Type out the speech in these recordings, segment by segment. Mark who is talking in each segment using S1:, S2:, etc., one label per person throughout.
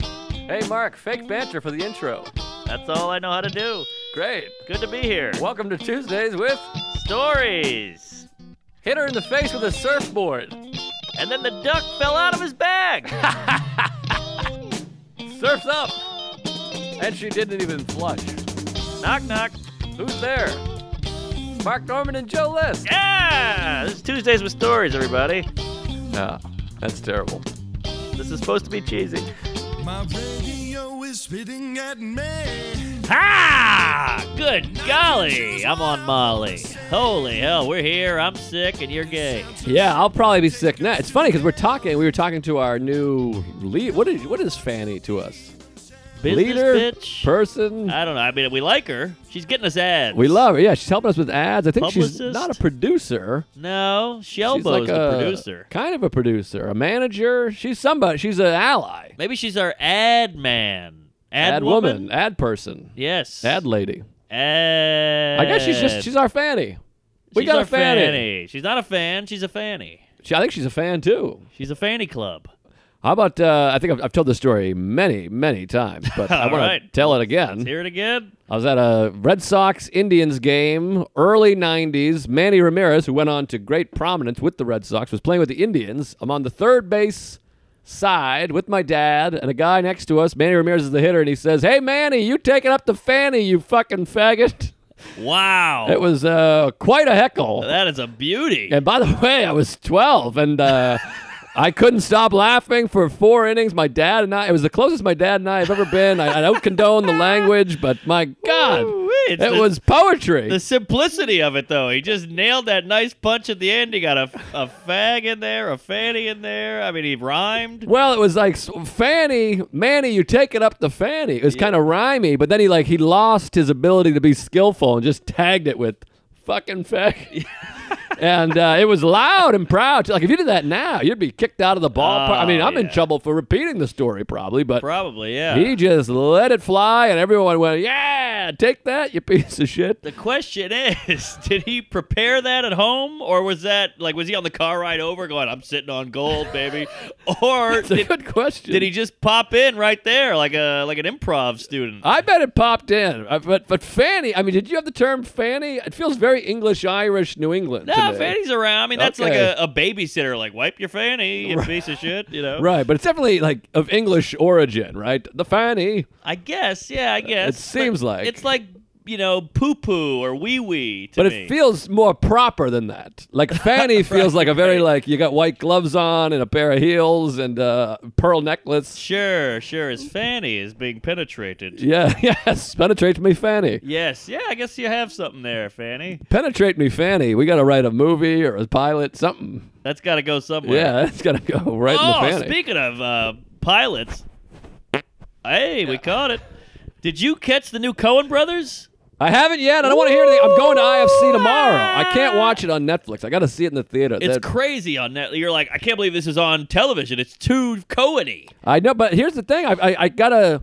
S1: Hey, Mark, fake banter for the intro.
S2: That's all I know how to do.
S1: Great.
S2: Good to be here.
S1: Welcome to Tuesdays with
S2: Stories.
S1: Hit Her in the Face with a Surfboard.
S2: And then the duck fell out of his bag.
S1: Surf's up. And she didn't even flush.
S2: knock knock.
S1: Who's there? Mark Norman and Joe List.
S2: Yeah. This is Tuesdays with Stories, everybody.
S1: No, Ah, that's terrible.
S2: This is supposed to be cheesy.
S3: My radio is spitting at me.
S2: Ha! Good golly, I'm on Molly. Holy hell, we're here. I'm sick and you're gay.
S1: Yeah, I'll probably be sick now. It's funny because we're talking. We were talking to our new lead. What is what is Fanny to us?
S2: Business
S1: Leader,
S2: bitch. Uh,
S1: person.
S2: I don't know. I mean, we like her. She's getting us ads.
S1: we love her. Yeah, she's helping us with ads. I think she's
S2: Publicist?
S1: not a producer.
S2: No, Shelbo's
S1: she's like
S2: the
S1: a
S2: producer.
S1: kind of a producer, a manager. She's somebody. She's an ally.
S2: Maybe she's our ad man. Ad,
S1: woman. ad person,
S2: Yes.
S1: ad lady.
S2: Ad.
S1: I guess she's just she's our Fanny. We
S2: She's
S1: got
S2: our
S1: a fanny.
S2: She's not a fan. She's a fanny.
S1: She, I think she's a fan too.
S2: She's a fanny club.
S1: How about uh, I think I've, I've told this story many, many times, but I
S2: All
S1: want to
S2: right.
S1: tell it
S2: Let's
S1: again.
S2: hear it again.
S1: I was at a Red Sox Indians game, early 90s. Manny Ramirez, who went on to great prominence with the Red Sox, was playing with the Indians. I'm on the third base side with my dad and a guy next to us. Manny Ramirez is the hitter, and he says, Hey, Manny, you taking up the fanny, you fucking faggot.
S2: Wow.
S1: It was uh, quite a heckle.
S2: that is a beauty.
S1: And by the way, I was 12 and uh, I couldn't stop laughing for four innings. My dad and I, it was the closest my dad and I have ever been. I, I don't condone the language, but my God,
S2: Ooh-wee,
S1: it
S2: it's the-
S1: was poetry.
S2: The simplicity of it, though. He just nailed that nice punch at the end. He got a, a fag in there, a fanny in there. I mean, he rhymed.
S1: well, it was like so- Fanny, Manny, you take it up the Fanny. It was kind of rhymey, but then he like he lost his ability to be skillful and just tagged it with fucking fag. and uh, it was loud and proud. Like if you did that now, you'd be kicked out of the ballpark. I
S2: Oh,
S1: mean, I'm in
S2: yeah.
S1: trouble for repeating the story probably, but
S2: Probably, yeah.
S1: He just let it fly, and everyone went, "Yeah, take that, you piece of shit."
S2: the question is, did he prepare that at home, or was that like was he on the car ride over going, "I'm sitting on gold, baby," or
S1: It's a
S2: did,
S1: good question.
S2: did he just pop in right there like a like an improv student?
S1: I bet it popped in, Uh, but but Fanny. I mean, did you have the term Fanny? It feels very English, Irish, New England.
S2: No,
S1: to me.
S2: fanny's around. I mean, that's
S1: Okay.
S2: like a, a babysitter, like wipe your fanny, you piece of shit. You know,
S1: Right, but it's definitely like of English origin, right? The Fanny.
S2: I guess, yeah, I guess. but
S1: seems like.
S2: it's like you know, poo poo or wee wee to
S1: But
S2: me.
S1: it feels more proper than that. Like Fanny feels like a very like you got white gloves on and a pair of heels and a pearl necklace.
S2: sure, sure. His fanny is being penetrated.
S1: Yeah, yes, penetrate me, Fanny.
S2: Yes, yeah. I guess you have something there, fanny.
S1: Penetrate me, Fanny. We got to write a movie or a pilot, something.
S2: That's got to go somewhere.
S1: Yeah, that's gotta go right in the
S2: Oh,
S1: Fanny.
S2: speaking of uh, pilots, hey, we caught it. Did you catch the new Cohen brothers?
S1: I haven't yet. I don't want to hear anything. I'm going to IFC tomorrow. I can't watch it on Netflix. I got to see it in the theater.
S2: It's
S1: That-
S2: crazy on net. You're like, I can't believe this is on television. It's too Cohen-y.
S1: I know, but here's the thing. I, I, I gotta.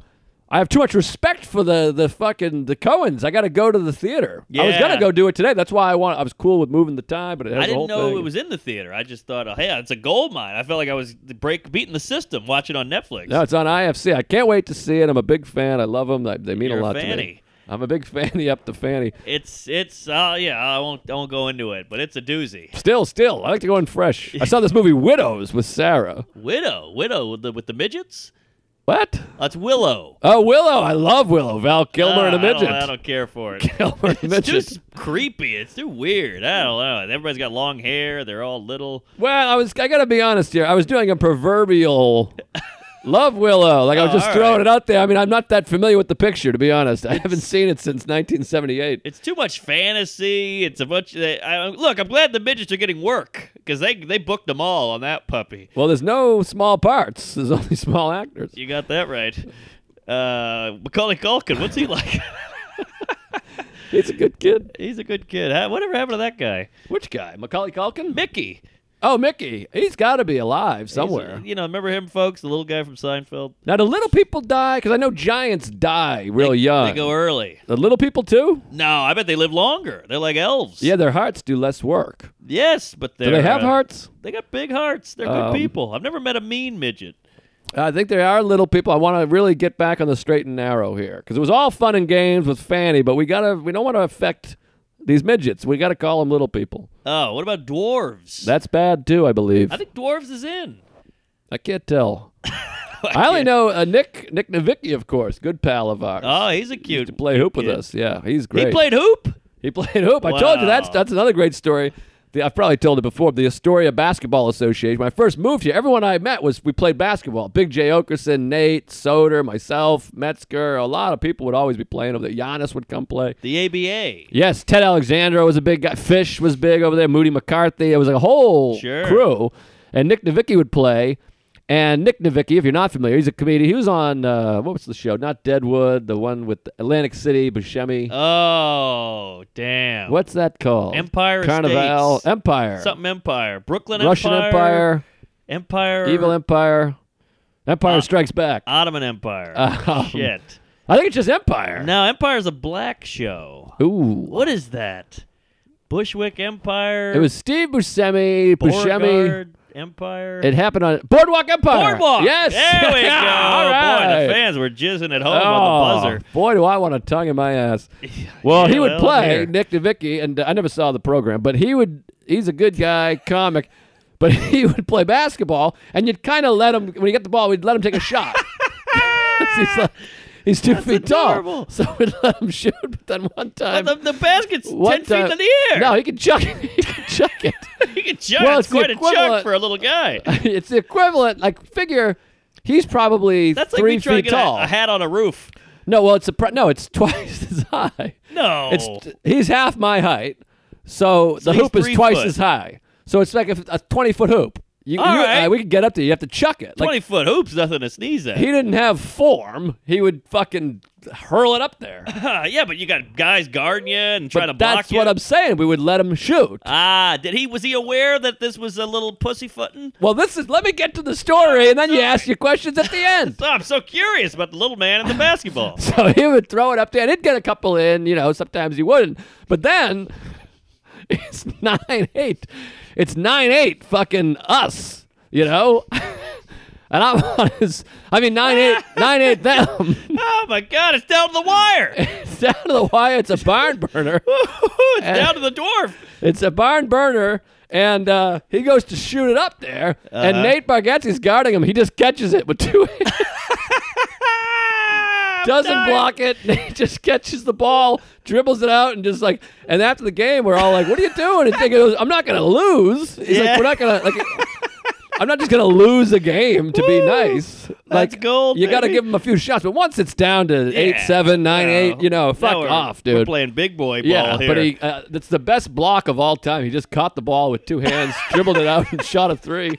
S1: I have too much respect for the the fucking the Cohens. I gotta go to the theater. I was
S2: Yeah.
S1: gonna go do it today. That's why I want. I was cool with moving the time, but it has
S2: I
S1: the whole
S2: didn't know
S1: thing.
S2: it was in the theater. I just thought, oh, hey, it's a gold mine. I felt like I was break beating the system watching on Netflix.
S1: No, it's on IFC. I can't wait to see it. I'm a big fan. I love them. They, they mean
S2: You're
S1: a
S2: a
S1: lot to me.
S2: fanny.
S1: I'm a big fanny up the fanny.
S2: It's it's uh yeah. I won't I won't go into it, but it's a doozy.
S1: Still, still, I like to go in fresh. I saw this movie Widows with Sarah.
S2: Widow, widow with the with the midgets.
S1: What?
S2: That's Willow.
S1: Oh, Willow. I love Willow. Val Kilmer and a
S2: Ah, I don't-
S1: midget.
S2: I don't care for it.
S1: Kilmer and a
S2: It's
S1: midget.
S2: just creepy. It's too weird. I don't know. Everybody's got long hair. They're all little.
S1: Well, I was. I gotta be honest here. I was doing a proverbial. Love Willow. Like, I was
S2: Oh,
S1: just
S2: all
S1: throwing
S2: right.
S1: it out there. I mean, I'm not that familiar with the picture, to be honest. I haven't seen it since 1978.
S2: It's too much fantasy. It's a bunch. Of, I, look, I'm glad the midgets are getting work because they they booked them all on that puppy.
S1: Well, there's no small parts, there's only small actors.
S2: You got that right. Uh, Macaulay Culkin. What's he like?
S1: He's a good kid.
S2: He's a good kid. Huh? Whatever happened to that guy?
S1: Which guy? Macaulay Culkin?
S2: Mickey.
S1: Oh, Mickey. He's gotta be alive
S2: He's,
S1: somewhere.
S2: you know, remember him, folks? The little guy from Seinfeld.
S1: Now, do little people die? Because I know giants die real young.
S2: They go early.
S1: the little people too?
S2: No, I bet they live longer. They're like elves.
S1: Yeah, their hearts do less work.
S2: Yes, but
S1: Do
S2: they're,
S1: they have
S2: uh,
S1: hearts?
S2: They got big hearts. They're good
S1: Um,
S2: people. I've never met a mean midget.
S1: I think there are little people. I want to really get back on the straight and narrow here because it was all fun and games with Fanny, but we gotta we don't want to affect these midgets. We gotta call them little people.
S2: Oh, what about dwarves?
S1: That's bad too, I believe.
S2: I think dwarves is in.
S1: I can't tell. I only know uh, Nick Nick Nowicki, of course, good pal of ours.
S2: Oh, he's a
S1: Used
S2: cute.
S1: to play hoop with
S2: kid.
S1: us. Yeah, he's
S2: He
S1: great.
S2: played hoop.
S1: He played hoop. I told you that's
S2: Wow.
S1: that's another great story. The, I've probably told it before. The Astoria Basketball Association. When I first moved here, everyone I met was we played basketball. Big J Okerson, Nate Soder, myself, Metzger. A lot of people would always be playing over there. Giannis would come play.
S2: The ABA.
S1: Yes, Ted Alexander was a big guy. Fish was big over there. Moody McCarthy. It was a whole
S2: Sure.
S1: crew. And Nick Nowicki would play. And Nick Nowicki, if you're not familiar, he's a comedian. He was on uh, what was the show? Not Deadwood, the one with Atlantic City, Buscemi.
S2: Oh, damn.
S1: What's that called?
S2: Uh, Empire
S1: Carnival
S2: Estates.
S1: Empire.
S2: Something Empire. Brooklyn
S1: Russian
S2: Empire.
S1: Empire.
S2: Empire.
S1: Evil Empire. Empire Strikes Back.
S2: Ottoman Empire.
S1: Um,
S2: Uh, Shit.
S1: I think it's just Empire.
S2: Now Empire's a black show.
S1: Ooh.
S2: What is that? Bushwick Empire.
S1: It was Steve Buscemi, Buscemi.
S2: Beauregard Empire.
S1: It happened on Boardwalk Empire.
S2: Boardwalk.
S1: Yes.
S2: There we go.
S1: All
S2: Boy,
S1: right.
S2: the fans were jizzing at home
S1: Oh,
S2: on the buzzer.
S1: Boy, do I want a tongue in my ass. Well, he would
S2: well,
S1: play
S2: here.
S1: Nick DeVicki, and uh, I never saw the program, but he would. He's a good guy, comic, but he would play basketball, and you'd kind of let him when he got the ball. We'd let him take a shot. he's, like- he's two feet
S2: adorable.
S1: tall, so we'd let him shoot. But then one time,
S2: The, the basket's
S1: one
S2: ten
S1: time,
S2: feet in the air.
S1: No, he could chuck it. He could chuck it.
S2: he can chuck.
S1: Well,
S2: it's
S1: it's the
S2: quite a chuck
S1: equivalent-
S2: for a little guy.
S1: it's the equivalent. Like figure, he's probably
S2: That's like
S1: three
S2: me trying to
S1: feet
S2: get a-
S1: tall.
S2: A, hat on a roof.
S1: no, well, it's a pro- no. It's twice as high.
S2: No,
S1: It's he's half my height, so, the
S2: Oh. he's
S1: hoop is
S2: three
S1: twice
S2: foot.
S1: as high. So it's like a, a twenty foot hoop. You,
S2: All
S1: you-
S2: right.
S1: uh, we could get up to. You have to chuck it.
S2: twenty
S1: Like
S2: foot hoops. Nothing to sneeze at.
S1: he didn't have form. He would fucking hurl it up there.
S2: Huh, yeah, but you got guys guarding you and trying to
S1: But
S2: block
S1: that's
S2: you.
S1: what I'm saying. We would let him shoot.
S2: ah, did he? Was he aware that this was a little pussyfooting?
S1: well, this is. Let me get to the story, and then you ask your questions at the end.
S2: Oh, I'm so curious about the little man and the basketball.
S1: So he would throw it up there. and He'd get a couple in, you know, sometimes he wouldn't. But then it's 9 8. It's 9 8 fucking us, you know? And I'm on his, I mean, 9 8, 9 8 them.
S2: oh my God! It's down to the wire.
S1: It's down to the wire. It's a barn burner.
S2: it's down to the dwarf.
S1: It's a barn burner. And uh, he goes to shoot it up there. And Nate Bargatze's guarding him. He just catches it with two hands.
S2: Ah, I'm
S1: doesn't
S2: dying.
S1: block it. He just catches the ball, dribbles it out, and just like. And after the game, we're all like, "What are you doing?" And thinking, "I'm not gonna lose." He's
S2: Yeah.
S1: like, "We're not gonna like." I'm not just gonna lose a game to be
S2: Woo.
S1: nice. Like
S2: That's gold,
S1: You gotta
S2: baby.
S1: give him a few shots, but once it's down to eight,
S2: Yeah.
S1: seven, nine,
S2: No.
S1: eight, you know,
S2: Now
S1: fuck
S2: we're-
S1: off,
S2: We're
S1: dude.
S2: playing big boy ball
S1: yeah,
S2: here.
S1: but he uh, that's the best block of all time. He just caught the ball with two hands, dribbled it out, and shot a three.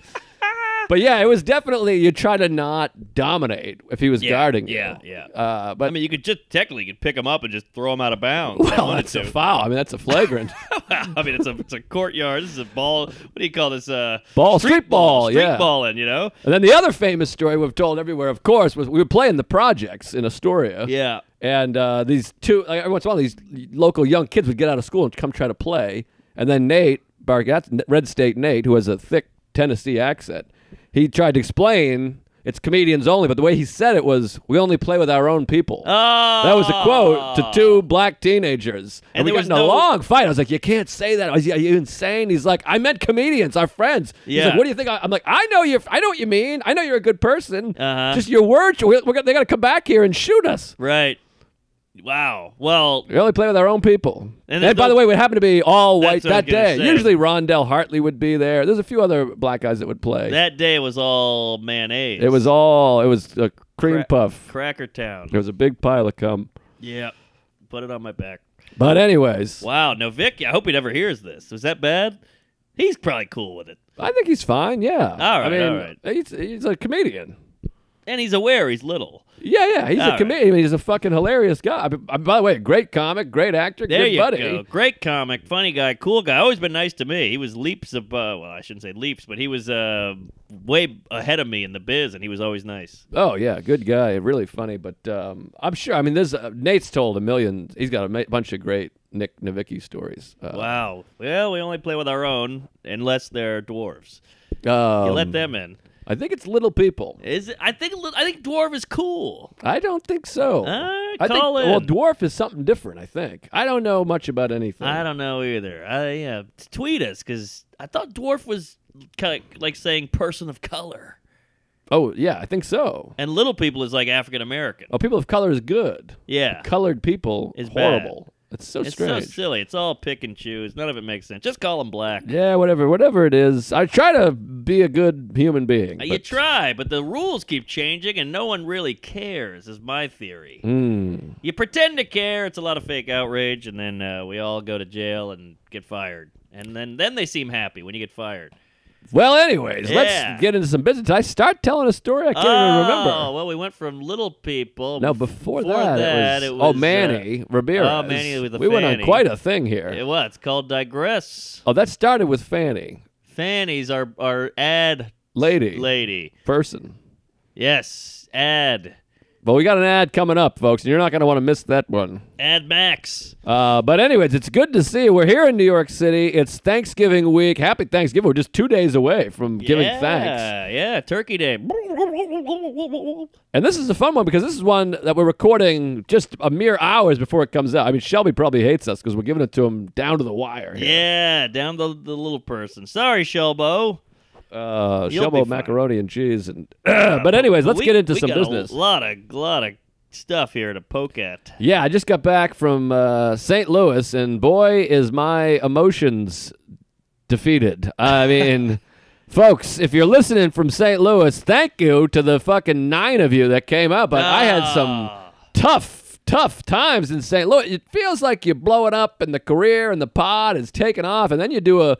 S1: But yeah, it was definitely you try to not dominate if he was
S2: Yeah,
S1: guarding
S2: yeah,
S1: you.
S2: yeah.
S1: Uh, but
S2: I mean, you could just technically you could pick him up and just throw him out of bounds. if you
S1: Well,
S2: wanted
S1: that's
S2: to.
S1: a foul. I mean, that's a flagrant.
S2: I mean, it's a it's a courtyard. This is a ball. What do you call this? Uh,
S1: Ball, street ball,
S2: street
S1: yeah.
S2: balling. You know.
S1: and then the other famous story we've told everywhere, of course, was we were playing the projects in Astoria.
S2: Yeah.
S1: And uh, these two, like, every once in a while, these local young kids would get out of school and come try to play. And then Nate Bargatz, Red State Nate, who has a thick Tennessee accent, he tried to explain it's comedians only, but the way he said it was, "We only play with our own people."
S2: Oh,
S1: That was a quote
S2: Ah.
S1: to two black teenagers. And,
S2: And
S1: we
S2: there
S1: got
S2: was
S1: in a
S2: no-
S1: long fight. I was like, You can't say that. I was, Are you insane? He's like, I meant comedians, our friends. He's
S2: Yeah.
S1: like, What do you think? I-" I'm like, I know you I know what you mean. I know you're a good person.
S2: Uh-huh.
S1: Just your words we're, we're, gonna- they gotta come back here and shoot us.
S2: Right. Wow. Well,
S1: We only play with our own people.
S2: And
S1: And,
S2: then
S1: by the
S2: those-
S1: way, it happened to be all white
S2: That's what I was
S1: that day.
S2: gonna say.
S1: Usually Rondell Hartley would be there. There's a few other black guys that would play.
S2: that day was all mayonnaise.
S1: it was all it was a cream
S2: Cra-
S1: puff.
S2: Cracker Town.
S1: It was a big pile of cum.
S2: Yeah. Put it on my back.
S1: But anyways,
S2: Wow. Now, Vic, I hope he never hears this. Was that bad? He's probably cool with it,
S1: I think he's fine. Yeah.
S2: All right,
S1: I mean,
S2: all right.
S1: He's, he's a comedian.
S2: and he's aware he's little.
S1: Yeah, yeah. He's
S2: All
S1: a
S2: right.
S1: comedian. He's a fucking hilarious guy. I mean, I- by the way, great comic, great actor,
S2: There
S1: good
S2: you
S1: buddy.
S2: go. Great comic, funny guy, cool guy. Always been nice to me. He was leaps above. Well, I shouldn't say leaps, but he was uh, way ahead of me in the biz, and he was always nice.
S1: Oh yeah, good guy. Really funny. But um, I'm sure. I mean, there's uh, Nate's told a million. He's got a ma- bunch of great Nick Nowicki stories. Uh,
S2: Wow. Well, we only play with our own, unless they're dwarves. You
S1: um,
S2: let them in.
S1: I think it's little people.
S2: Is it, I think li- I think dwarf is cool.
S1: I don't think so.
S2: Uh,
S1: I think
S2: call in.
S1: well, dwarf is something different. I think I don't know much about anything.
S2: I don't know either. I yeah, t- tweet us because I thought dwarf was kind of like saying person of color,
S1: oh yeah, I think so.
S2: and little people is like African American.
S1: Oh, people of color is good.
S2: yeah,
S1: Colored people
S2: It's
S1: horrible. It's so
S2: it's so
S1: strange.
S2: silly. It's all pick and choose. None of it makes sense. Just call them black.
S1: yeah, whatever, whatever it is. I try to be a good human being.
S2: Uh, you
S1: but-
S2: try, but the rules keep changing, and no one really cares. Is my theory.
S1: Mm.
S2: You pretend to care. It's a lot of fake outrage, and then uh, we all go to jail and get fired. And then, then they seem happy when you get fired.
S1: Well, anyways,
S2: Yeah.
S1: let's get into some business. I start telling a story I can't even
S2: Oh,
S1: remember.
S2: well, we went from little people.
S1: No, before,
S2: before that,
S1: it, was,
S2: it
S1: oh
S2: was, uh,
S1: Manny Ramirez.
S2: oh, Manny with the
S1: we went on
S2: fanny.
S1: quite a thing here.
S2: uh, It was it's called digress.
S1: oh, that started with Fanny,
S2: Fanny's our our ad
S1: lady,
S2: lady.
S1: person.
S2: Yes, ad
S1: But we got an ad coming up, folks, and you're not going to want to miss that one.
S2: ad Max.
S1: Uh, but anyways, it's good to see you. We're here in New York City. It's Thanksgiving week. Happy Thanksgiving. We're just two days away from giving
S2: yeah,
S1: thanks.
S2: Yeah, Turkey Day.
S1: And this is a fun one because this is one that we're recording just a mere hours before it comes out. I mean, Shelby probably hates us because we're giving it to him down to the wire. here.
S2: Yeah, down the the little person. Sorry, Shelbo.
S1: Uh,
S2: You'll be
S1: Shelbo
S2: fine.
S1: macaroni and cheese. and But anyways, let's
S2: We-
S1: get into
S2: we
S1: some
S2: got
S1: business.
S2: A lot of lot of stuff here to poke at.
S1: Yeah, I just got back from uh, St. Louis, and boy, is my emotions defeated. I mean, folks, if you're listening from St. Louis, thank you to the fucking nine of you that came up. But I had some
S2: Ah.
S1: tough, tough times in St. Louis. It feels like you're blowing up, and the career and the pod is taking off, and then you do a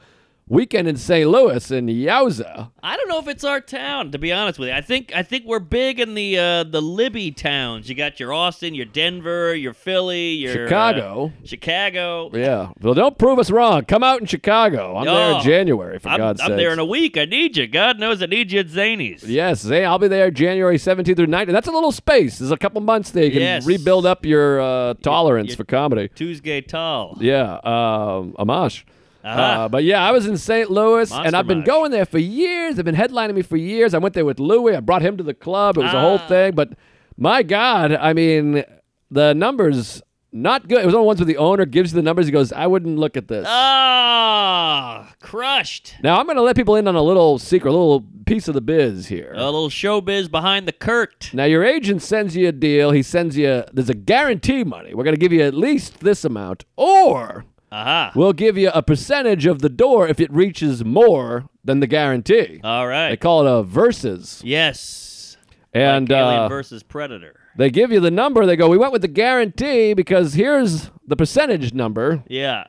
S1: weekend in St. Louis, and yowza.
S2: I don't know if it's our town, to be honest with you. I think I think we're big in the uh, the Libby towns. You got your Austin, your Denver, your Philly, your uh,
S1: Chicago.
S2: Chicago.
S1: Yeah. Well, don't prove us wrong. Come out in Chicago. I'm there
S2: Oh,
S1: in January, for
S2: I'm,
S1: God's sake.
S2: I'm there in a week. I need you. God knows I need you at Zanies.
S1: Yes, Zane, I'll be there January 17th through 19th. That's a little space. There's a couple months there. You can
S2: Yes.
S1: rebuild up your uh, tolerance
S2: your-
S1: for comedy.
S2: Tuesday tall.
S1: Yeah, um, Amash.
S2: Uh-huh.
S1: Uh, but yeah, I was in St. Louis, and
S2: Monster
S1: I've been
S2: Mosh.
S1: going there for years. They've been headlining me for years. I went there with Louis. I brought him to the club. It was a whole
S2: Ah.
S1: thing. But my God, I mean, the numbers not good. It was one of the ones where the owner gives you the numbers. He goes, "I wouldn't look at this."
S2: Uh. Ah, crushed.
S1: now I'm going to let people in on a little secret, a little piece of the biz here.
S2: A little showbiz behind the Kurt.
S1: Now your agent sends you a deal. He sends you there's a guarantee money. We're gonna give you at least this amount, or
S2: Aha.
S1: we'll give you a percentage of the door if it reaches more than the guarantee.
S2: All
S1: they
S2: right.
S1: call it a versus,
S2: yes.
S1: and
S2: like Alien
S1: uh,
S2: versus Predator.
S1: they give you the number. They go, we went with the guarantee because here's the percentage number.
S2: Yeah.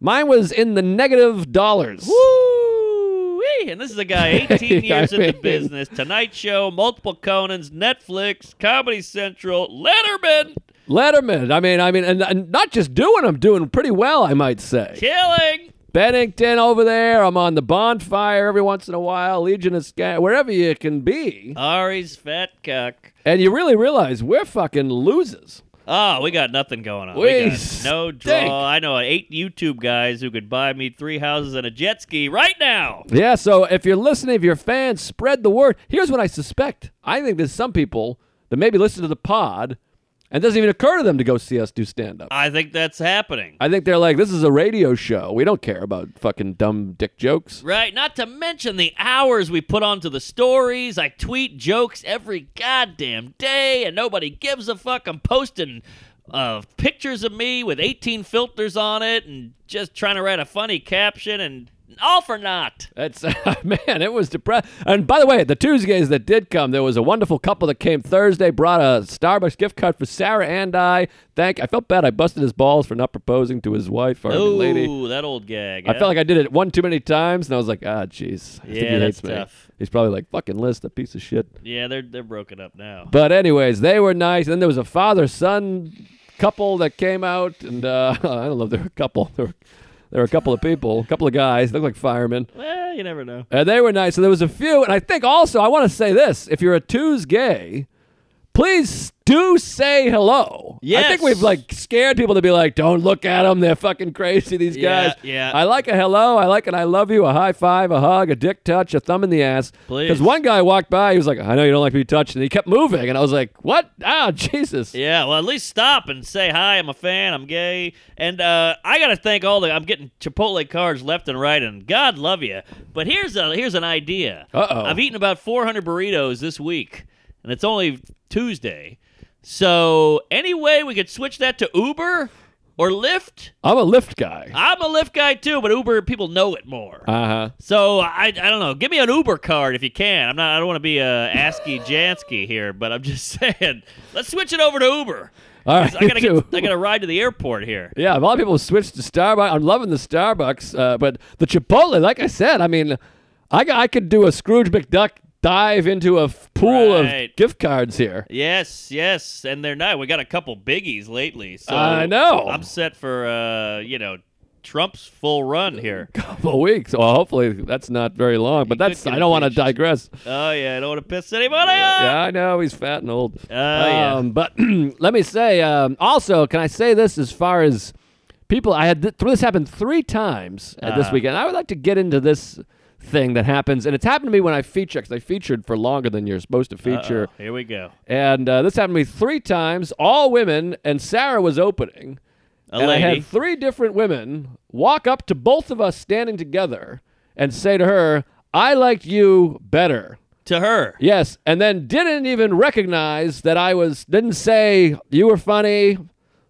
S1: Mine was in the negative dollars.
S2: Woo! And this is a guy 18
S1: Yeah, I
S2: years in the
S1: mean-
S2: business. Tonight Show, multiple Conans, Netflix, Comedy Central, Letterman,
S1: Letterman. I mean, I mean, and, and not just doing. I'm doing pretty well, I might say.
S2: killing.
S1: Bennington over there. I'm on the bonfire every once in a while. Legion of Sky, wherever you can be.
S2: Ari's fat cock.
S1: And you really realize we're fucking losers.
S2: Oh, we got nothing going on.
S1: We
S2: got no
S1: stink.
S2: draw. I know eight YouTube guys who could buy me three houses and a jet ski right now.
S1: Yeah, so if you're listening, if you're fans, spread the word. Here's what I suspect. I think there's some people that maybe listen to the pod and it doesn't even occur to them to go see us do stand up.
S2: I think that's happening.
S1: I think they're like, this is a radio show. We don't care about fucking dumb dick jokes.
S2: Right, not to mention the hours we put onto the stories. I tweet jokes every goddamn day, and nobody gives a fuck. I'm posting uh, pictures of me with 18 filters on it, and just trying to write a funny caption, and all for naught.
S1: That's man, it was depressing. And by the way, the Tuesdays that did come, there was a wonderful couple that came Thursday, brought a Starbucks gift card for Sarah and I. Thank. I felt bad. I busted his balls for not proposing to his wife or the
S2: Ooh,
S1: lady.
S2: that old gag.
S1: I felt like I did it one too many times, and I was like, ah, jeez. I think
S2: Yeah,
S1: he
S2: that's
S1: hates me.
S2: tough.
S1: He's probably like, fucking list, a piece of shit.
S2: yeah, they're they're broken up now.
S1: But anyways, they were nice. And then there was a father son couple that came out, and uh, I don't know if they were a couple. There were, there were a couple of people, a couple of guys. They looked like firemen.
S2: Well, you never know.
S1: And they were nice. So there was a few, and I think also I want to say this: if you're a twos gay, please do say hello. I think
S2: Yes.
S1: we've like scared people to be like, don't look at them. They're fucking crazy, these
S2: Yeah,
S1: guys.
S2: yeah.
S1: I like a hello. I like an I love you, a high five, a hug, a dick touch, a thumb in the ass.
S2: Please.
S1: Because one guy walked by, he was like, I know you don't like to be touched. And he kept moving. And I was like, what? Ah, Jesus.
S2: Yeah, well, at least stop and say hi. I'm a fan. I'm gay, and uh, I gotta thank all the. I'm getting Chipotle cards left and right, and God love you. But here's a here's an idea.
S1: Uh-oh.
S2: I've eaten about 400 burritos this week, and it's only Tuesday. So any way we could switch that to Uber or Lyft?
S1: I'm a lift guy.
S2: I'm a Lyft guy too, but Uber people know it more.
S1: Uh huh.
S2: So I, I don't know. Give me an Uber card if you can. I'm not. I don't want to be a ASCII Jansky here, but I'm just saying. Let's switch it over to Uber.
S1: All right.
S2: 'Cause I gotta
S1: you
S2: get.
S1: too.
S2: I gotta ride to the airport here.
S1: Yeah, a lot of people switched to Starbucks. I'm loving the Starbucks, uh, but the Chipotle, like I said, I mean, I, I could do a Scrooge McDuck dive into a f- pool
S2: Right.
S1: of gift cards here.
S2: Yes, yes, and they're not. We got a couple biggies lately. So
S1: I know.
S2: I'm set for uh, you know, Trump's full run here.
S1: Couple weeks. Well, hopefully that's not very long, but
S2: could
S1: that's.
S2: get
S1: I don't want to
S2: impeached.
S1: digress.
S2: Oh yeah, I don't want to piss anybody off.
S1: Yeah, I know he's fat and old.
S2: Oh, yeah.
S1: um, But let me say, um, also, can I say this as far as people? I had th- this happened three times uh,
S2: Ah.
S1: this weekend. I would like to get into this thing that happens, and it's happened to me when I feature because I featured for longer than you're supposed to feature,
S2: Here we go.
S1: and uh, this happened to me three times, all women, and Sarah was opening.
S2: A
S1: and I
S2: lady.
S1: had three different women walk up to both of us standing together and say to her, "I liked you better."
S2: to her.
S1: Yes, and then didn't even recognize that I was didn't say you were funny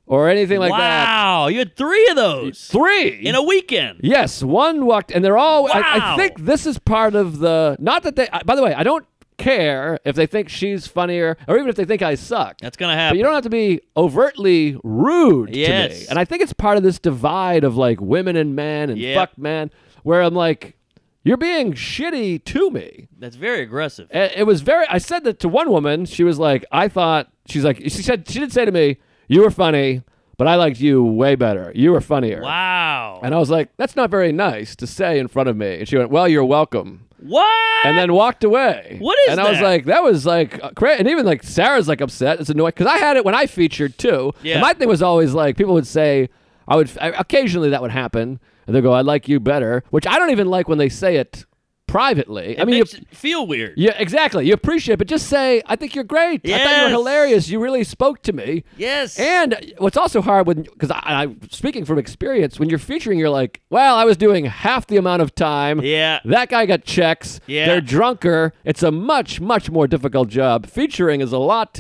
S1: or anything like that.
S2: wow, you had three of those
S1: Three
S2: in a weekend.
S1: Yes, one walked, and they're all. I, I
S2: Wow.
S1: think this is part of the. Not that they. I, by the way, I don't care if they think she's funnier, or even if they think I suck.
S2: That's gonna
S1: But
S2: happen.
S1: you don't have to be overtly rude to me.
S2: Yes.
S1: And I think it's part of this divide of like women and men and
S2: Yep.
S1: fuck men, where I'm like, you're being shitty to me.
S2: That's very aggressive.
S1: And it was very. I said that to one woman. She was like, "I thought." She's like, she said she did say to me, "You were funny, but I liked you way better. You were funnier."
S2: Wow.
S1: And I was like, "That's not very nice to say in front of me." And she went, "Well, you're welcome."
S2: what?
S1: And then walked away.
S2: What is
S1: And I was
S2: that?
S1: like, "That was like uh, cra And even like Sarah's like upset. It's annoying because I had it when I featured too.
S2: Yeah.
S1: And my thing was always like people would say, I would I, occasionally that would happen, and they go, "I like you better," which I don't even like when they say it privately. I
S2: It
S1: mean, you,
S2: makes it feel weird.
S1: yeah, exactly. You appreciate it, but just say, I think you're great. I thought you were
S2: Yes.
S1: hilarious. You really spoke to me.
S2: Yes.
S1: And what's also hard when, because I, I, speaking from experience, when you're featuring, you're like, well, I was doing half the amount of time.
S2: yeah.
S1: That guy got checks.
S2: Yeah.
S1: They're drunker. It's a much, much more difficult job. Featuring is a lot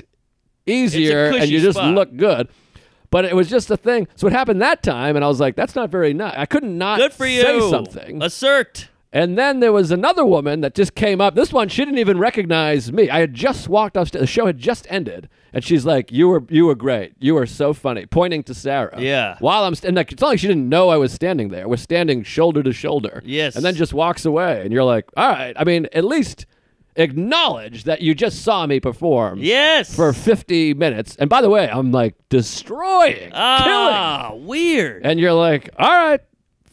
S1: easier, and
S2: cushy
S1: you just
S2: spot.
S1: look good. But it was just a thing. So it happened that time, and I was like, that's not very nice. I couldn't not
S2: Good for you.
S1: say something.
S2: Assert.
S1: And then there was another woman that just came up. This one, she didn't even recognize me. I had just walked off. The show had just ended, and she's like, "You were, you were great. You were so funny," pointing to Sarah.
S2: Yeah.
S1: While I'm, st- and like, it's not like she didn't know I was standing there. We're standing shoulder to shoulder.
S2: Yes.
S1: And then just walks away, and you're like, "All right." I mean, at least acknowledge that you just saw me perform
S2: Yes.
S1: for 50 minutes. And by the way, I'm like destroying, killing.
S2: ah, weird.
S1: And you're like, "All right,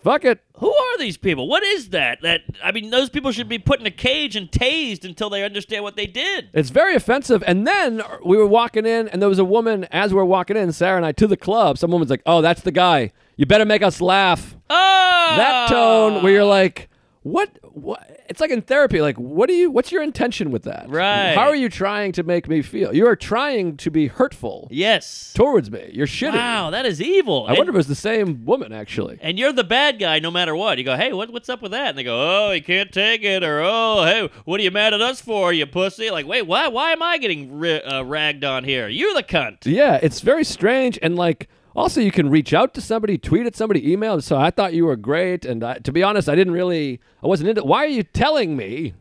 S1: fuck it."
S2: Who are these people? What is that? That I mean, those people should be put in a cage and tased until they understand what they did.
S1: It's very offensive. And then we were walking in, and there was a woman as we were walking in, Sarah and I, to the club. Some woman's like, "Oh, that's the guy. You better make us laugh."
S2: Oh,
S1: That tone where you're like, "What? What?" It's like in therapy. Like, what do you? What's your intention with that?
S2: Right.
S1: How are you trying to make me feel? You are trying to be hurtful
S2: Yes.
S1: towards me. You're shitty.
S2: Wow, that is evil.
S1: I
S2: and,
S1: wonder if it was the same woman actually.
S2: and you're the bad guy no matter what. You go, hey, what, what's up with that? And they go, oh, he can't take it, or oh, hey, what are you mad at us for, you pussy? Like, wait, why? Why am I getting ri- uh, ragged on here? You're the cunt.
S1: Yeah, it's very strange and like also you can reach out to somebody, tweet at somebody, email. So I thought you were great, and I, to be honest, I didn't really, I wasn't into. Why are you telling me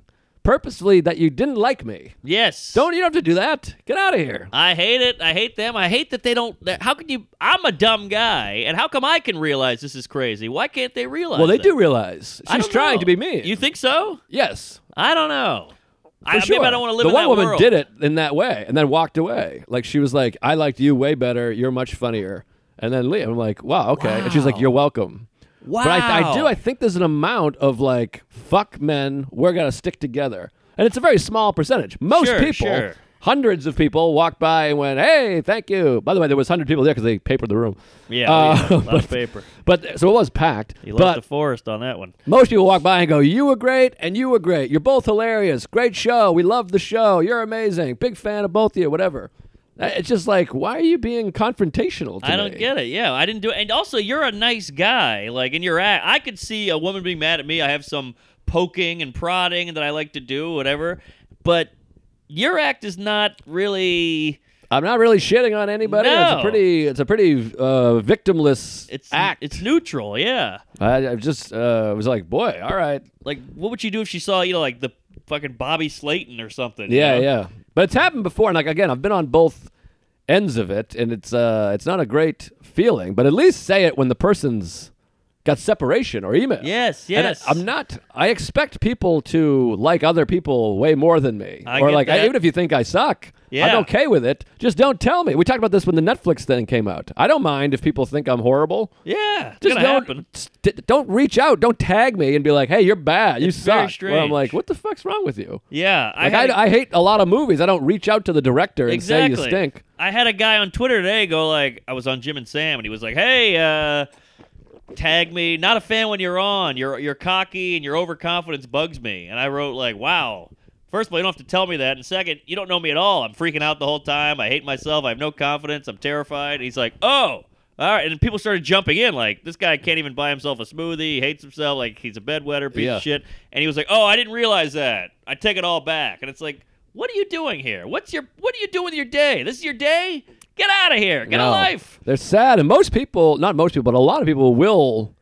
S1: purposefully that you didn't like me?
S2: Yes.
S1: Don't you don't have to do that? Get out of here.
S2: I hate it. I hate them. I hate that they don't. That, how can you? I'm a dumb guy, and how come I can realize this is crazy? Why can't they realize?
S1: Well, they
S2: that?
S1: do realize
S2: I
S1: she's
S2: don't
S1: trying
S2: know.
S1: to be mean.
S2: You think so?
S1: yes,
S2: I don't know.
S1: for
S2: I,
S1: sure.
S2: Maybe I don't want to live
S1: the
S2: in
S1: one
S2: that
S1: woman
S2: world.
S1: did it in that way, and then walked away. Like she was like, "I liked you way better. You're much funnier." And then Liam, I'm like, "Wow, okay." And she's like,
S2: Wow.
S1: "You're welcome."
S2: Wow.
S1: But I, I do. I think there's an amount of like, fuck men, we're going to stick together. And it's a very small percentage. Most
S2: Sure,
S1: people
S2: sure.
S1: Hundreds of people walked by and went, "Hey, thank you." By the way, there was hundred people there because they papered the room.
S2: Yeah,
S1: Uh,
S2: oh, yeah, a lot
S1: but,
S2: of paper.
S1: but so it was packed.
S2: You left
S1: but
S2: the forest on that one.
S1: most people walk by and go, "You were great, and you were great. You're both hilarious. Great show. We love the show. You're amazing. Big fan of both of you. Whatever." Uh, It's just like, why are you being confrontational? Today?
S2: I don't get it. Yeah, I didn't do it. And also, you're a nice guy. Like in your act, I could see a woman being mad at me. I have some poking and prodding that I like to do, whatever. But your act is not really.
S1: I'm not really shitting on anybody. It's a
S2: No.
S1: pretty, it's a pretty uh, victimless
S2: It's
S1: act.
S2: It's neutral. Yeah.
S1: I, I just uh, was like, boy, all right,
S2: Like, what would you do if she saw you know, like the fucking Bobby Slayton or something? you
S1: yeah,
S2: know?
S1: yeah. But it's happened before, and like again, I've been on both ends of it, and it's uh, it's not a great feeling. But at least say it when the person's got separation or email.
S2: Yes,
S1: And
S2: yes.
S1: I, am not. I expect people to like other people way more than me,
S2: I
S1: or
S2: get
S1: like I,
S2: that.
S1: even if you think I suck.
S2: Yeah.
S1: I'm okay with it. Just don't tell me. We talked about this when the Netflix thing came out. I don't mind if people think I'm horrible.
S2: Yeah. It's
S1: Just
S2: gonna
S1: don't
S2: happen.
S1: st- don't reach out. Don't tag me and be like, "Hey, you're bad. You
S2: very
S1: suck." Well, I'm
S2: strange.
S1: like, "What the fuck's wrong with you?"
S2: Yeah.
S1: Like
S2: had-
S1: I, I hate a lot of movies. I don't reach out to the director and
S2: exactly.
S1: say you stink.
S2: I had a guy on Twitter today go like, I was on Jim and Sam, and he was like, "Hey, uh, tag me. Not a fan when you're on. You're you're cocky and your overconfidence bugs me." And I wrote like, "Wow." First of all, you don't have to tell me that. And second, you don't know me at all. I'm freaking out the whole time. I hate myself. I have no confidence. I'm terrified. And he's like, "Oh." All right, and people started jumping in like this guy can't even buy himself a smoothie. He hates himself, like he's a bedwetter, piece
S1: Yeah.
S2: of shit. And he was like, "Oh, I didn't realize that. I take it all back." And it's like, what are you doing here? What's your what are you doing with your day? This is your day? Get out of here. Get a
S1: No.
S2: life.
S1: They're sad, and most people, not most people, but a lot of people will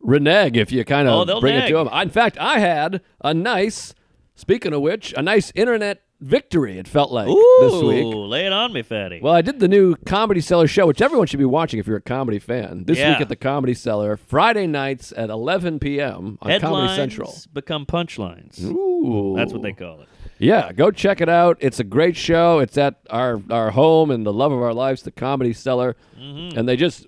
S1: renege if you kind
S2: Oh,
S1: of
S2: they'll
S1: bring it to
S2: nag.
S1: them. In fact, I had a nice, speaking of which, a nice internet victory. It felt like this week.
S2: lay it on me, fatty.
S1: Well, I did the new Comedy Cellar show, which everyone should be watching if you're a comedy fan. This
S2: Yeah.
S1: week at the Comedy Cellar, Friday nights at 11 p.m. on
S2: Headlines
S1: Comedy Central.
S2: become punchlines.
S1: Ooh.
S2: That's what they call it.
S1: Yeah, go check it out. It's a great show. It's at our our home and the love of our lives, the Comedy Cellar, and they just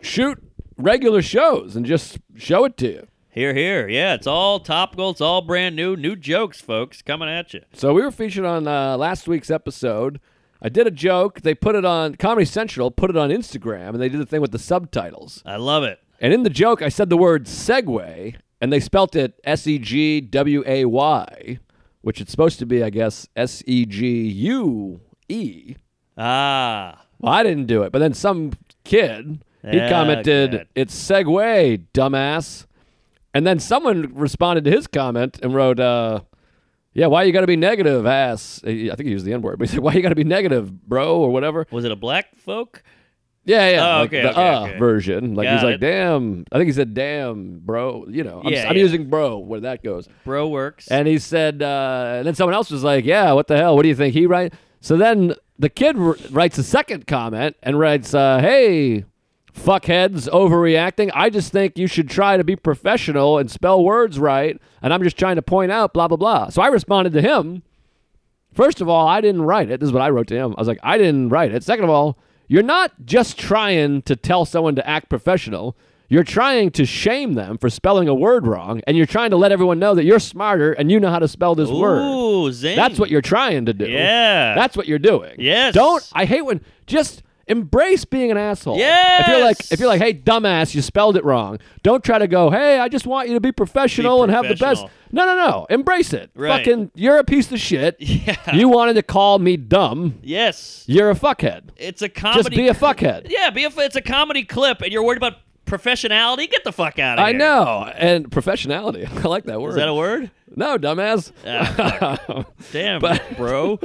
S1: shoot regular shows and just show it to you.
S2: Here, here. Yeah, it's all topical. It's all brand new. New jokes, folks, coming at you.
S1: So we were featured on uh, last week's episode. I did a joke. They put it on Comedy Central, put it on Instagram, and they did the thing with the subtitles.
S2: I love it.
S1: And in the joke, I said the word segue, and they spelt it S E G W A Y, which it's supposed to be, I guess, S E G U E.
S2: Ah,
S1: Well, I didn't do it. But then some kid, he
S2: Yeah,
S1: commented,
S2: God.
S1: it's Segway, dumbass. And then someone responded to his comment and wrote, uh, yeah, why you got to be negative, ass? I think he used the N word, but he said, why you got to be negative, bro, or whatever.
S2: was it a black folk?
S1: Yeah, yeah.
S2: Oh,
S1: like
S2: okay,
S1: the
S2: okay,
S1: uh
S2: okay.
S1: version. Like he's
S2: Got
S1: like,
S2: it.
S1: damn. I think he said, damn, bro. You know, I'm,
S2: Yeah,
S1: am
S2: yeah.
S1: using bro where that goes.
S2: Bro works.
S1: And he said, uh, and then someone else was like, "Yeah, what the hell? What do you think he write?" So then the kid r- writes a second comment and writes, uh, "Hey, fuckheads, overreacting. I just think you should try to be professional and spell words right. And I'm just trying to point out, blah blah blah." So I responded to him. First of all, I didn't write it. This is what I wrote to him. I was like, I didn't write it. Second of all, you're not just trying to tell someone to act professional. You're trying to shame them for spelling a word wrong, and you're trying to let everyone know that you're smarter and you know how to spell this word.
S2: Ooh, zing.
S1: That's what you're trying to do.
S2: Yeah.
S1: That's what you're doing.
S2: Yes.
S1: Don't I hate when just embrace being an asshole. If you're like if you're like, hey dumbass, you spelled it wrong. Don't try to go, hey, I just want you to be professional and have the best.
S2: professional.
S1: No, no, no. Embrace it.
S2: Right.
S1: Fucking you're a piece of shit.
S2: Yeah.
S1: You wanted to call me dumb.
S2: yes.
S1: You're a fuckhead.
S2: It's a
S1: Just
S2: comedy.
S1: be a fuckhead.
S2: yeah, be a, f- it's a comedy clip, and you're worried about professionality? Get the fuck out of
S1: I
S2: here.
S1: know. And professionality. I like that word.
S2: Is that a word?
S1: No, dumbass.
S2: Ah, Damn,
S1: But-
S2: bro.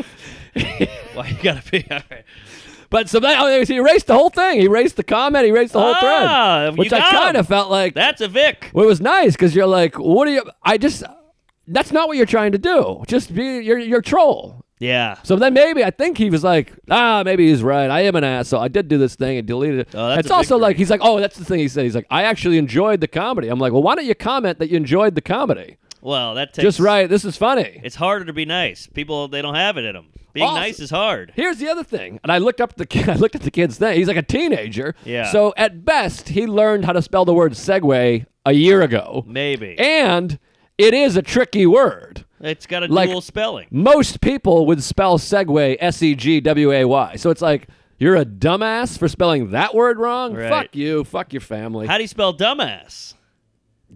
S2: Why you gotta be? All right.
S1: but so that, oh, he erased the whole thing. He erased the comment. He erased the whole
S2: Ah,
S1: thread.
S2: you
S1: Which I
S2: got him.
S1: kind of felt like
S2: That's a Vic.
S1: Well, it was nice because you're like, what are you? I just, that's not what you're trying to do. Just be, you're, you're a troll.
S2: Yeah.
S1: So then maybe I think he was like, ah, maybe he's right. I am an asshole. I did do this thing and deleted it.
S2: Oh, that's
S1: it's
S2: a
S1: also
S2: victory.
S1: like, he's like, oh, that's the thing he said. He's like, I actually enjoyed the comedy. I'm like, well, why don't you comment that you enjoyed the comedy?
S2: Well, that takes.
S1: Just right. This is funny.
S2: It's harder to be nice. People they don't have it in them. Being
S1: Awesome.
S2: nice is hard.
S1: Here's the other thing, and I looked up the kid, I looked at the kid's thing. He's like a teenager.
S2: Yeah.
S1: So at best, he learned how to spell the word segue a year ago.
S2: Maybe.
S1: And it is a tricky word.
S2: It's got a
S1: Like-
S2: dual spelling.
S1: Most people would spell Segway S E G W A Y. So it's like you're a dumbass for spelling that word wrong.
S2: Right.
S1: Fuck you. Fuck your family.
S2: How do you spell dumbass?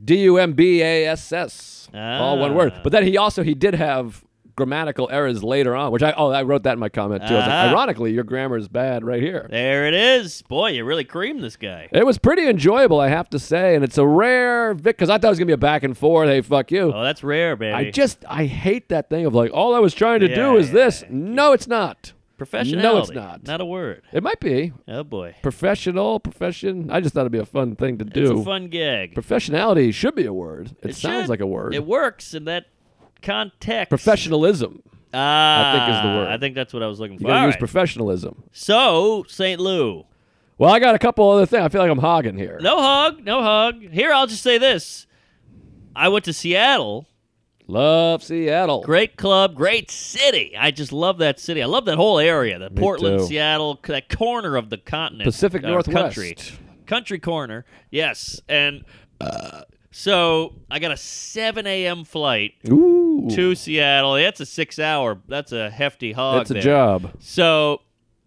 S1: D U M B A S S. All one word.
S2: Ah.
S1: But then he also he did have grammatical errors later on, which I oh I wrote that in my comment too. I was like,
S2: Ah.
S1: Ironically, your grammar is bad right here.
S2: There it is. Boy, you really creamed this guy.
S1: It was pretty enjoyable, I have to say, and it's a rare vic because I thought it was gonna be a back and forth. Hey, fuck you.
S2: Oh, that's rare, baby.
S1: I just I hate that thing of like all I was trying to
S2: Yeah,
S1: do is
S2: yeah,
S1: this. No, it's not.
S2: Professionality.
S1: No, it's not.
S2: Not a word.
S1: It might be
S2: Oh boy,
S1: professional, profession. I just thought it'd be a fun thing to
S2: it's
S1: do.
S2: a fun gag.
S1: Professionality should be a word. It,
S2: It
S1: sounds
S2: should.
S1: like a word.
S2: It works in that context.
S1: Professionalism.
S2: Ah,
S1: I think is the word.
S2: I think that's what I was looking for.
S1: You gotta
S2: All
S1: use
S2: right.
S1: professionalism.
S2: so, St. Lou.
S1: Well, I got a couple other things. I feel like I'm hogging here.
S2: No hug, no hug. Here, I'll just say this. I went to Seattle.
S1: Love Seattle.
S2: Great club, great city. I just love that city. I love that whole area, the Portland,
S1: too.
S2: Seattle, c- that corner of the continent,
S1: Pacific
S2: uh,
S1: Northwest.
S2: country, country corner. Yes, and uh, so I got a 7 a.m. flight
S1: Ooh,
S2: to Seattle. That's a six-hour. That's a hefty hog.
S1: that's a
S2: there.
S1: job.
S2: So,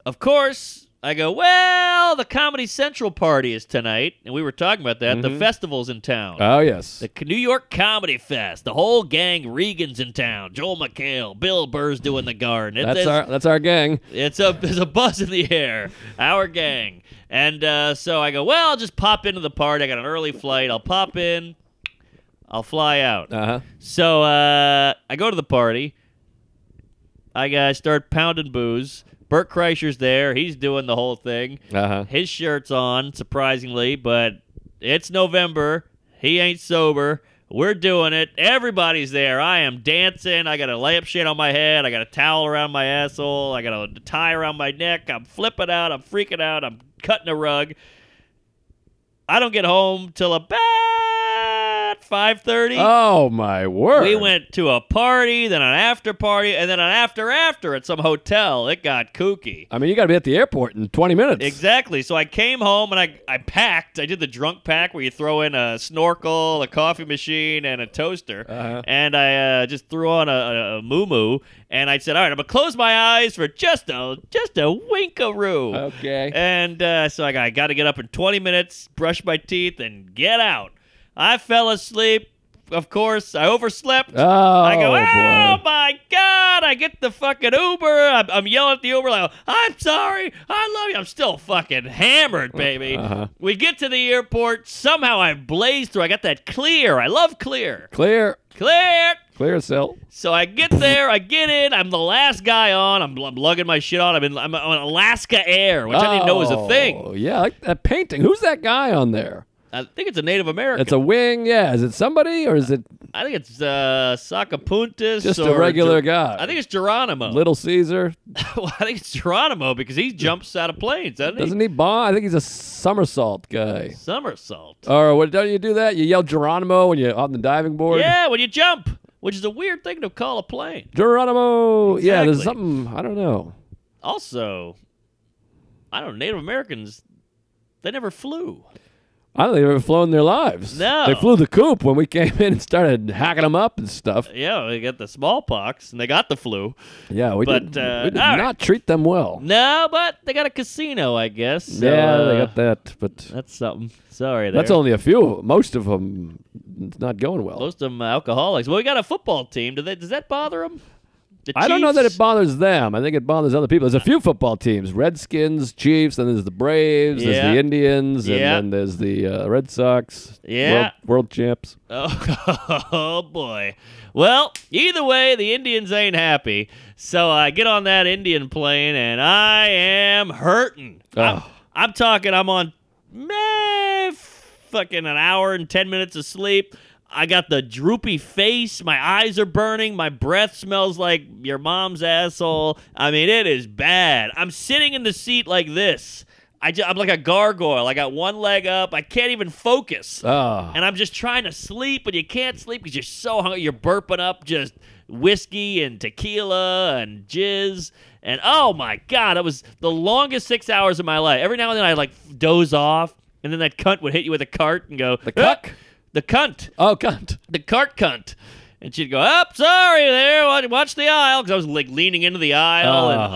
S2: of course, I go, well, the Comedy Central party is tonight. And we were talking about that.
S1: Mm-hmm.
S2: The festival's in town.
S1: Oh yes.
S2: the New York Comedy Fest. The whole gang. Regan's in town. Joel McHale. Bill Burr's doing the garden. It's,
S1: That's
S2: it's,
S1: our that's our gang.
S2: it's a there's a buzz in the air. Our gang. And uh, so I go, well, I'll just pop into the party. I got an early flight. I'll pop in. I'll fly out.
S1: Uh huh.
S2: So uh, I go to the party. I uh, start pounding booze. Bert Kreischer's there. He's doing the whole thing.
S1: Uh huh.
S2: His shirt's on, surprisingly, but it's November. He ain't sober. We're doing it. Everybody's there. I am dancing. I got a lampshade on my head. I got a towel around my asshole. I got a tie around my neck. I'm flipping out. I'm freaking out. I'm cutting a rug. I don't get home till about five thirty.
S1: Oh my word.
S2: We went to a party, then an after party, and then an after after at some hotel. It got kooky.
S1: I mean, you got to be at the airport in 20 minutes.
S2: Exactly. So I came home and I, I packed. I did the drunk pack where you throw in a snorkel, a coffee machine, and a toaster.
S1: Uh-huh.
S2: And I uh, just threw on a, a, a moo and I said, "All right, I'm gonna close my eyes for just a just a winkaroo."
S1: Okay.
S2: And uh, so I got, I got to get up in 20 minutes, brush my teeth, and get out. I fell asleep. Of course, I overslept.
S1: Oh,
S2: I go, oh
S1: boy.
S2: my god! I get the fucking Uber. I'm, I'm yelling at the Uber like, I'm sorry, I love you. I'm still fucking hammered, baby.
S1: Uh-huh.
S2: We get to the airport. Somehow I blaze through. I got that clear. I love clear,
S1: Clear.
S2: clear.
S1: Clear cell.
S2: So I get there, I get in, I'm the last guy on. I'm, I'm lugging my shit on. I'm in, I'm on Alaska Air, which I didn't know was a thing.
S1: Oh, Yeah, like that painting. Who's that guy on there?
S2: I think it's a Native American.
S1: It's a wing. Yeah, is it somebody or is it
S2: I think it's uh, Sacapuntas.
S1: just a
S2: or
S1: regular
S2: Ger-
S1: guy?
S2: I think it's Geronimo.
S1: Little Caesar.
S2: well, I think it's Geronimo because he jumps out of planes, doesn't he?
S1: Doesn't he bomb? I think he's a somersault guy.
S2: Somersault.
S1: Or what? Don't you do that? You yell Geronimo when you're on the diving board.
S2: yeah, when you jump, which is a weird thing to call a plane.
S1: Geronimo. Yeah, there's
S2: Exactly.
S1: something I don't know.
S2: Also, I don't know, Native Americans, they never flew.
S1: I don't think they've ever flown their lives.
S2: No.
S1: They flew the coop when we came in and started hacking them up and stuff.
S2: Yeah, they got the smallpox and they got the flu.
S1: Yeah, we
S2: But,
S1: did,
S2: uh,
S1: we did
S2: all
S1: not
S2: right.
S1: treat them well.
S2: No, but they got a casino, I guess. so,
S1: yeah, they
S2: uh,
S1: got that, but
S2: That's something. Sorry, there.
S1: that's only a few. of 'em. Most of them not going well.
S2: Most of them alcoholics. Well, we got a football team. Do they, does that bother them? The
S1: I don't know that it
S2: Chiefs?
S1: bothers them. I think it bothers other people. There's a few football teams: Redskins, Chiefs, then there's the Braves, there's
S2: Yeah.
S1: the Indians, and
S2: Yeah.
S1: then there's the uh, Red Sox.
S2: Yeah.
S1: world, world champs.
S2: Oh, boy. Well, either way, the Indians ain't happy. So I get on that Indian plane and I am hurting. I'm,
S1: Oh.
S2: I'm talking, I'm on meh, fucking an hour and 10 minutes of sleep. I got the droopy face. My eyes are burning. My breath smells like your mom's asshole. I mean, it is bad. I'm sitting in the seat like this. I ju- I'm like a gargoyle. I got one leg up. I can't even focus
S1: Oh.
S2: and I'm just trying to sleep, but you can't sleep because you're so hungry. You're burping up just whiskey and tequila and jizz. And oh my God, it was the longest six hours of my life. Every now and then I like doze off, and then that cunt would hit you with a cart and go, The
S1: cuck?
S2: The cunt.
S1: Oh, God.
S2: The cart cunt. And she'd go, "Up, sorry there. Watch, watch the aisle," because I was like leaning into the aisle, and
S1: Oh,
S2: oh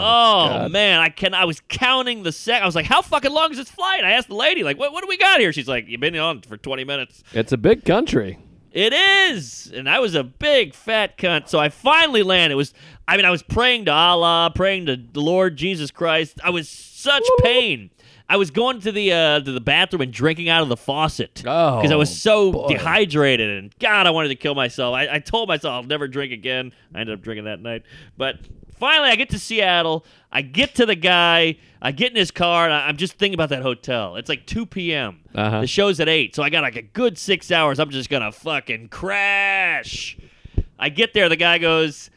S1: God.
S2: man, I can. I was counting the sec. I was like, "How fucking long is this flight?" I asked the lady, "Like, what, what do we got here?" She's like, "You've been on for 20 minutes."
S1: It's a big country.
S2: It is, and I was a big fat cunt. So I finally landed. It was, I mean, I was praying to Allah, praying to the Lord Jesus Christ. I was such pain. I was going to the uh, to the bathroom and drinking out of the faucet
S1: Oh,
S2: I was so
S1: boy.
S2: dehydrated, and God, I wanted to kill myself. I, I told myself I'll never drink again. I ended up drinking that night, but finally, I get to Seattle. I get to the guy. I get in his car, and I, I'm just thinking about that hotel. It's like 2 p.m.
S1: Uh-huh.
S2: The show's at eight, so I got like a good six hours. I'm just gonna fucking crash. I get there, the guy goes,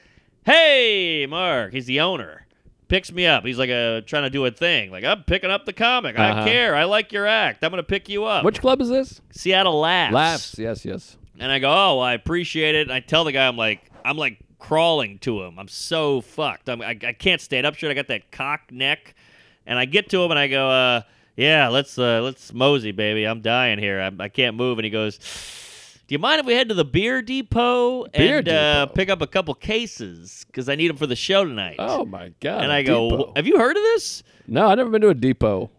S2: "Hey, Mark." He's the owner. Picks me up. He's like uh trying to do a thing. Like I'm picking up the comic. I
S1: Uh-huh.
S2: don't care. I like your act. I'm gonna pick you up.
S1: Which club is this?
S2: Seattle laughs.
S1: Laughs. Yes, yes.
S2: And I go, "Oh, well, I appreciate it." And I tell the guy, "I'm like, I'm like crawling to him. I'm so fucked. I'm, I, I can't stand up straight. I got that cock neck." And I get to him and I go, uh, "Yeah, let's uh, let's mosey, baby. I'm dying here. I, I can't move." And he goes. Do you mind if we head to the beer depot
S1: Beer
S2: and Uh,
S1: depot.
S2: pick up a couple cases because I need them for the show tonight?
S1: Oh my God.
S2: and
S1: a
S2: I go,
S1: depot.
S2: "Have you heard of this?
S1: no, I've never been to a depot.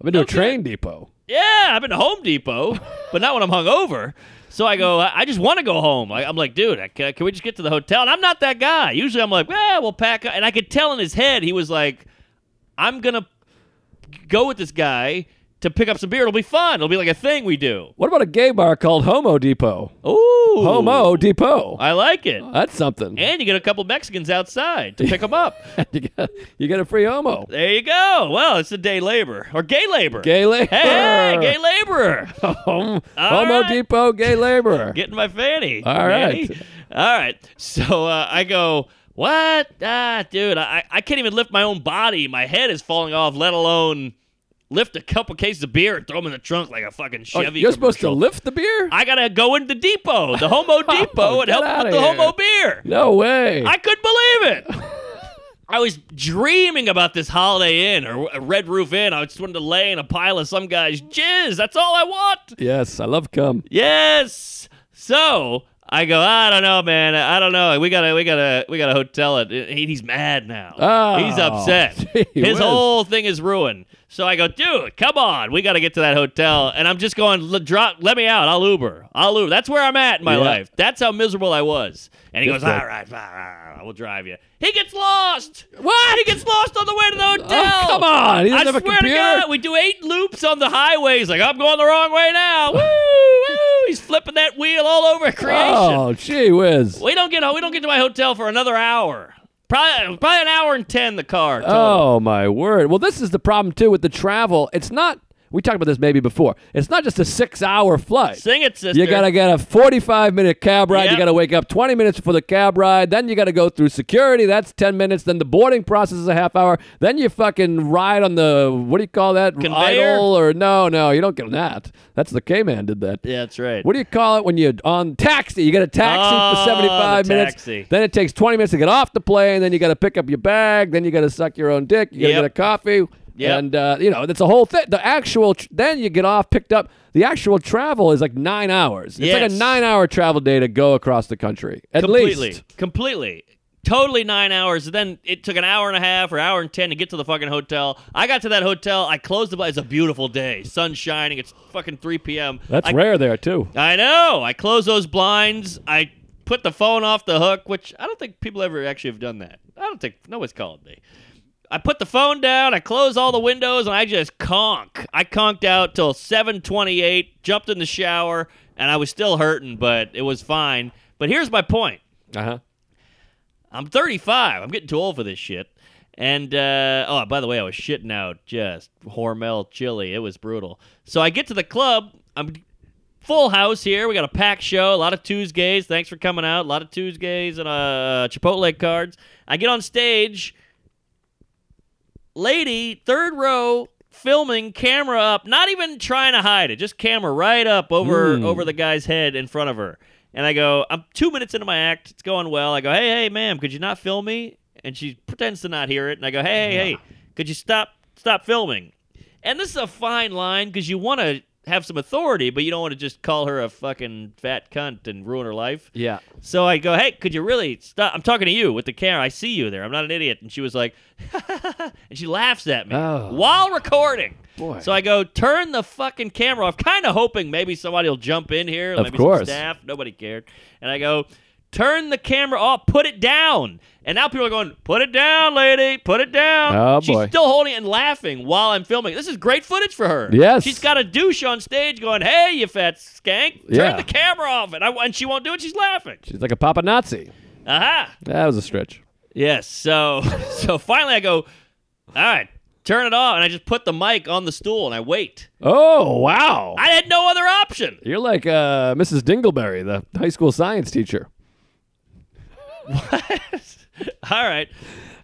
S1: I've been to
S2: Okay.
S1: a train depot.
S2: Yeah, I've been to Home Depot, but not when I'm hungover. So I go, I I just want to go home. I, I'm like, dude, I, ca- can we just get to the hotel? And I'm not that guy. Usually I'm like, yeah, we'll pack up. And I could tell in his head, he was like, I'm going to go with this guy to pick up some beer. It'll be fun. It'll be like a thing we do.
S1: What about a gay bar called Homo Depot?
S2: Ooh.
S1: Homo Depot.
S2: I like it.
S1: That's something.
S2: And you get a couple Mexicans outside to pick them up.
S1: you, get, you get a free homo.
S2: There you go. Well, it's a day labor or gay labor.
S1: Gay labor.
S2: Hey, gay laborer.
S1: Hom-
S2: All
S1: Homo
S2: right.
S1: Depot, gay laborer.
S2: Getting my fanny.
S1: All right.
S2: Manny. All right. So uh, I go, what? Ah, dude, I, I can't even lift my own body. My head is falling off, let alone lift a couple cases of beer and throw them in the trunk like a fucking
S1: Oh,
S2: Chevy.
S1: you're supposed to
S2: commercial.
S1: lift the beer?
S2: I got to go into the depot, the Homo Depot, and
S1: Oh, get
S2: help
S1: outta
S2: with the
S1: here.
S2: Homo beer.
S1: no way.
S2: I couldn't believe it. I was dreaming about this Holiday Inn or Red Roof Inn. I just wanted to lay in a pile of some guy's jizz. That's all I want.
S1: yes, I love cum.
S2: Yes. So I go. I don't know, man. I don't know. We gotta. We gotta. We gotta hotel it. He- He's mad now.
S1: Oh,
S2: He's upset.
S1: gee
S2: His
S1: whiz.
S2: whole thing is ruined. So I go, dude. Come on. We gotta get to that hotel. And I'm just going. "Let- Drop. Let me out. I'll Uber. I'll Uber. That's where I'm at in my
S1: Yeah.
S2: life. That's how miserable I was. And he
S1: Just
S2: goes,
S1: that-
S2: all right, all right, all right, we'll drive you. He gets lost. What? He gets lost on the way to the hotel.
S1: Oh, come on. He
S2: I
S1: doesn't have
S2: swear
S1: a computer.
S2: to God, we do eight loops on the highways. Like I'm going the wrong way now. Woo, woo! He's flipping that wheel all over creation.
S1: Oh, gee whiz.
S2: We don't get we don't get to my hotel for another hour. Probably probably an hour and ten. The car. total.
S1: Oh my word. Well, this is the problem too with the travel. It's not. We talked about this maybe before. It's not just a six-hour flight.
S2: sing it, sister.
S1: You gotta get a 45 minute cab ride.
S2: Yep.
S1: You gotta wake up 20 minutes before the cab ride. Then you gotta go through security. That's 10 minutes. Then the boarding process is a half hour. Then you fucking ride on the what do you call that?
S2: Conveyor?
S1: Idle or no, no, you don't get that. That's the K man did that.
S2: Yeah, that's right.
S1: What do you call it when you're on taxi? You get a taxi
S2: Oh,
S1: for 75
S2: the
S1: minutes.
S2: taxi.
S1: Then it takes 20 minutes to get off the plane. Then you got to pick up your bag. Then you got to suck your own dick. You got to
S2: Yep.
S1: get a coffee.
S2: Yep.
S1: And, uh, you know, that's a whole thing. The actual, tr- then you get off, picked up. The actual travel is like nine hours. It's like
S2: Yes.
S1: a nine hour travel day to go across the country. At
S2: completely,
S1: least.
S2: completely, totally nine hours. Then it took an hour and a half or hour and ten to get to the fucking hotel. I got to that hotel. I closed the. It's a beautiful day. Sun shining. It's fucking three p.m.
S1: That's
S2: I
S1: rare there, too.
S2: I know. I closed those blinds. I put the phone off the hook, which I don't think people ever actually have done that. I don't think nobody's called me. I put the phone down. I close all the windows, and I just conk. I conked out till 7:28. Jumped in the shower, and I was still hurting, but it was fine. But here's my point.
S1: Uh
S2: Uh-huh.
S1: huh.
S2: I'm 35. I'm getting too old for this shit. And uh, oh, by the way, I was shitting out just Hormel chili. It was brutal. So I get to the club. I'm full house here. We got a packed show. A lot of Tuesdays. Thanks for coming out. A lot of Tuesdays and uh, Chipotle cards. I get on stage. Lady, third row, filming, camera up. Not even trying to hide it. Just camera right up over
S1: Mm.
S2: over the guy's head in front of her. And I go, I'm two minutes into my act. It's going well. I go, hey, hey, ma'am, could you not film me? And she pretends to not hear it. And I go, hey, hey, hey, could you stop stop filming? And this is a fine line because you want to have some authority, but you don't want to just call her a fucking fat cunt and ruin her life.
S1: Yeah.
S2: So I go, hey, could you really stop? I'm talking to you with the camera. I see you there. I'm not an idiot. And she was like, and she laughs at me
S1: Oh.
S2: while recording.
S1: Boy.
S2: So I go, turn the fucking camera off, kind of hoping maybe somebody will jump in here.
S1: Of
S2: maybe
S1: course.
S2: Some staff. Nobody cared. And I go, turn the camera off, put it down. And now people are going, put it down, lady, put it down.
S1: Oh,
S2: She's
S1: boy.
S2: still holding it and laughing while I'm filming. This is great footage for her.
S1: Yes.
S2: She's got a douche on stage going, hey, you fat skank, turn
S1: Yeah.
S2: the camera off. And, I, and she won't do it. She's laughing.
S1: She's like a Papa Nazi.
S2: Aha.
S1: That was a stretch.
S2: Yes. So so finally I go, all right, turn it off. And I just put the mic on the stool and I wait.
S1: Oh, wow.
S2: I had no other option.
S1: You're like uh, Mrs. Dingleberry, the high school science teacher.
S2: All right.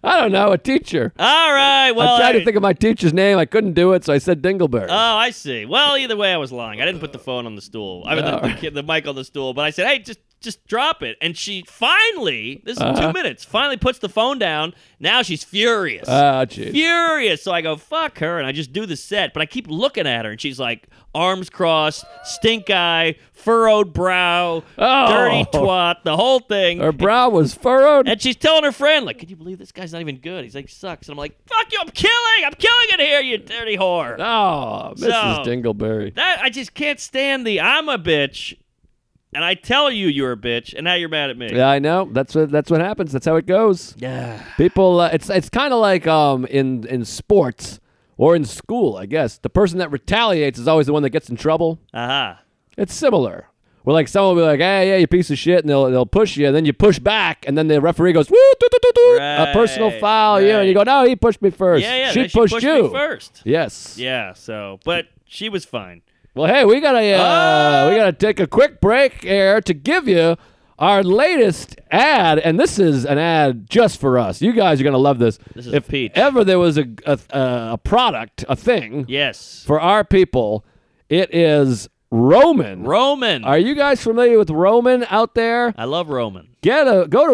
S1: I don't know, a teacher.
S2: All right. Well,
S1: I tried
S2: I-
S1: to think of my teacher's name. I couldn't do it, so I said Dingleberry.
S2: Oh, I see. Well, either way, I was lying. I didn't put the phone on the stool. I mean, the, the, kid- the mic on the stool. But I said, "Hey, just just drop it." And she finally, this is
S1: Uh-huh.
S2: two minutes. Finally, puts the phone down. Now she's furious.
S1: Ah, jeez.
S2: furious. So I go, fuck her. And I just do the set. But I keep looking at her, and she's like, arms crossed, stink eye, furrowed brow,
S1: Oh.
S2: dirty twat, the whole thing.
S1: Her brow was furrowed.
S2: and she's telling her friend, like, can you believe this guy's not even good? He's like, sucks. And I'm like, fuck you, I'm killing, I'm killing it here, you dirty whore.
S1: Oh, Mrs.
S2: So-
S1: Dingleberry.
S2: That I just can't stand the I'm a bitch, and I tell you you're a bitch, and now you're mad at me.
S1: Yeah, I know. That's what that's what happens. That's how it goes.
S2: Yeah.
S1: People, uh, it's it's kind of like um in in sports or in school, I guess. The person that retaliates is always the one that gets in trouble.
S2: Uh-huh.
S1: It's similar. Where like someone will be like, "Hey, yeah, you piece of shit," and they'll they'll push you, and then you push back, and then the referee goes, "Woo, doo, doo, doo, doo, a personal
S2: Right,
S1: foul," you, and you go, "No, he pushed me first.
S2: Yeah, yeah.
S1: she
S2: they-
S1: pushed
S2: pushed
S1: you
S2: me first.
S1: Yes.
S2: Yeah, so but she was fine.
S1: Well, hey, we gotta uh,
S2: Ah!
S1: we gotta take a quick break here to give you our latest ad, and this is an ad just for us. You guys are gonna love this.
S2: This is
S1: if
S2: peach.
S1: ever there was a a, a product, a thing
S2: Yes.
S1: for our people, it is Roman.
S2: Roman.
S1: are you guys familiar with Roman out there?
S2: I love Roman.
S1: Get a go to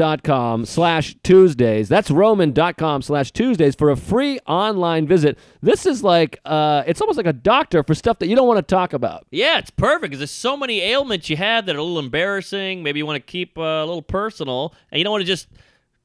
S1: Roman.com slash Tuesdays. That's Roman.com slash Tuesdays for a free online visit. This is like uh, it's almost like a doctor for stuff that you don't want to talk about.
S2: Yeah, it's perfect because there's so many ailments you have that are a little embarrassing. Maybe you want to keep uh, a little personal, and you don't want to just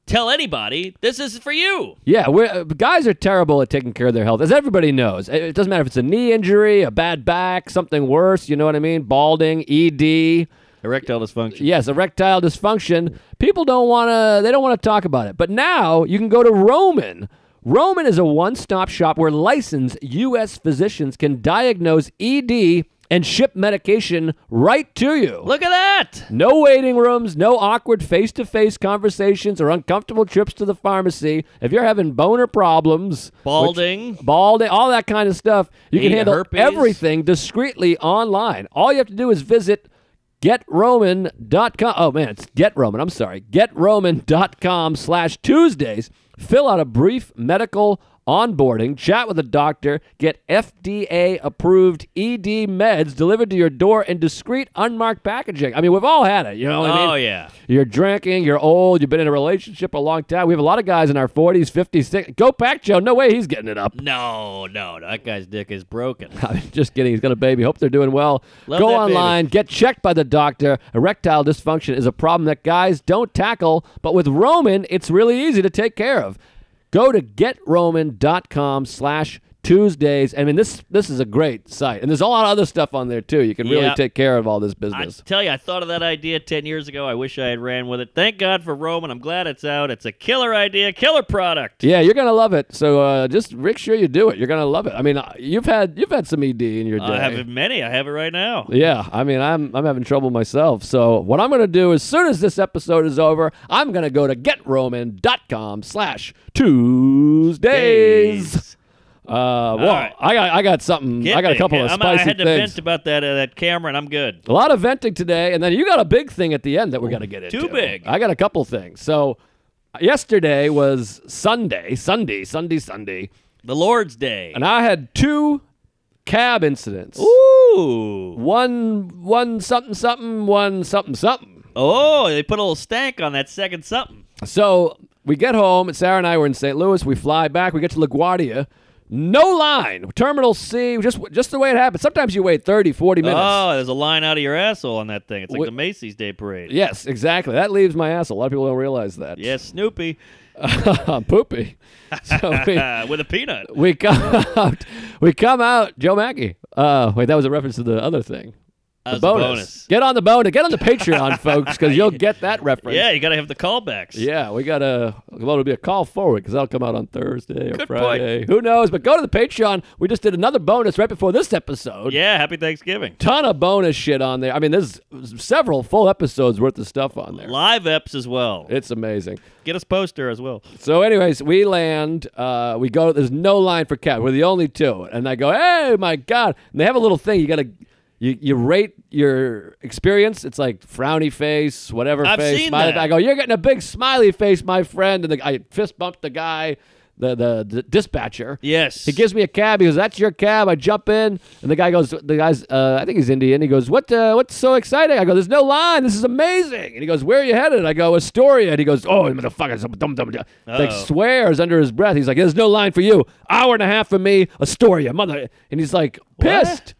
S2: tell anybody. This is for you.
S1: Yeah, we're, uh, guys are terrible at taking care of their health, as everybody knows. It it doesn't matter if it's a knee injury, a bad back, something worse. You know what I mean? Balding, ED.
S2: Erectile dysfunction.
S1: Yes, erectile dysfunction. People don't want to. They don't want to talk about it. But now you can go to Roman. Roman is a one-stop shop where licensed U.S. physicians can diagnose ED and ship medication right to you.
S2: Look at that.
S1: No waiting rooms, no awkward face to face conversations or uncomfortable trips to the pharmacy. If you're having boner problems,
S2: Balding.
S1: which- balding, all that kind of stuff, you can
S2: Need
S1: handle
S2: herpes.
S1: everything discreetly online. All you have to do is visit getroman.com. Oh, man, it's getroman. I'm sorry. Getroman.com slash Tuesdays. Fill out a brief medical onboarding, chat with a doctor, get FDA approved ED meds delivered to your door in discreet, unmarked packaging. I mean, we've all had it. You know what I mean?
S2: oh yeah.
S1: You're drinking, you're old, you've been in a relationship a long time. We have a lot of guys in our 40s, 50s, 60s. Go back, Joe. No way he's getting it up.
S2: No, no, no, that guy's dick is broken.
S1: I'm just kidding. He's got a baby. Hope they're doing well.
S2: Love
S1: Go
S2: that
S1: online, get checked by the doctor. Erectile dysfunction is a problem that guys don't tackle, but with Roman, it's really easy to take care of. Go to getroman.com slash Tuesdays. I mean, this this is a great site. And there's a lot of other stuff on there, too. You can really
S2: Yeah.
S1: take care of all this
S2: I
S1: business.
S2: tell you, I thought of that idea 10 years ago. I wish I had ran with it. Thank God for Roman. I'm glad it's out. It's a killer idea, killer product.
S1: yeah, you're gonna love it. So uh, just make sure you do it. You're gonna love it. I mean, uh, you've had you've had some ED in your day.
S2: I have many. I have it right now.
S1: Yeah, I mean, I'm I'm having trouble myself. So what I'm gonna do as soon as this episode is over, I'm gonna go to getroman.com slash Tuesdays. Uh, well,
S2: right.
S1: I got I got something.
S2: Get
S1: I got a
S2: me.
S1: couple of
S2: I'm-
S1: spicy
S2: I had to
S1: things.
S2: vent about that uh, that camera, and I'm good.
S1: A lot of venting today, and then you got a big thing at the end that we're gonna get into.
S2: Too big.
S1: I got a couple things. So yesterday was Sunday, Sunday, Sunday, Sunday,
S2: The Lord's Day.
S1: and I had two cab incidents.
S2: Ooh.
S1: One one something something, one something something.
S2: Oh, they put a little stank on that second something.
S1: So we get home, and Sarah and I were in St. Louis. We fly back. We get to LaGuardia. No line. Terminal C, just just the way it happens. Sometimes you wait 30, 40 minutes.
S2: Oh, there's a line out of your asshole on that thing. It's like
S1: Wh-
S2: the Macy's Day Parade.
S1: Yes, exactly. That leaves my ass. A lot of people don't realize that.
S2: Yes, Snoopy
S1: I'm poopy. So we,
S2: uh, with a peanut.
S1: we come out. We come out. Joe Mackey. Uh, wait, that was a reference to the other thing.
S2: That
S1: The
S2: was a
S1: bonus. Get on the bonus. Get on the Patreon, folks, because you'll get that reference.
S2: Yeah, you got to have the callbacks.
S1: Yeah, we got a well, it'll be a call forward because that'll come out on Thursday or
S2: Good point.
S1: Friday. Who knows? But go to the Patreon. We just did another bonus right before this episode.
S2: Yeah, happy Thanksgiving.
S1: Ton of bonus shit on there. I mean, there's several full episodes worth of stuff on there.
S2: Live eps as well.
S1: It's amazing.
S2: Get us poster as well.
S1: So, anyways, we land. Uh, we go. There's no line for cab. We're the only two. And I go, hey, my god! And they have a little thing. You gotta, you, you rate your experience. It's like frowny face, whatever
S2: I've
S1: face.
S2: seen
S1: smiley
S2: that.
S1: I go, you're getting a big smiley face, my friend. And the, I fist bumped the guy, the the, the dispatcher.
S2: Yes.
S1: He gives me a cab. He goes, "That's your cab." I jump in, and the guy goes, "The guy's, uh, I think he's Indian." He goes, "What? Uh, what's so exciting?" I go, "There's no line. This is amazing." And he goes, "Where are you headed?" I go, "Astoria." And he goes, "Oh, motherfucker, some dum dum dum." Like
S2: Uh-oh.
S1: swears under his breath. He's like, "There's no line for you. Hour and a half for me, Astoria, mother." And he's like, pissed.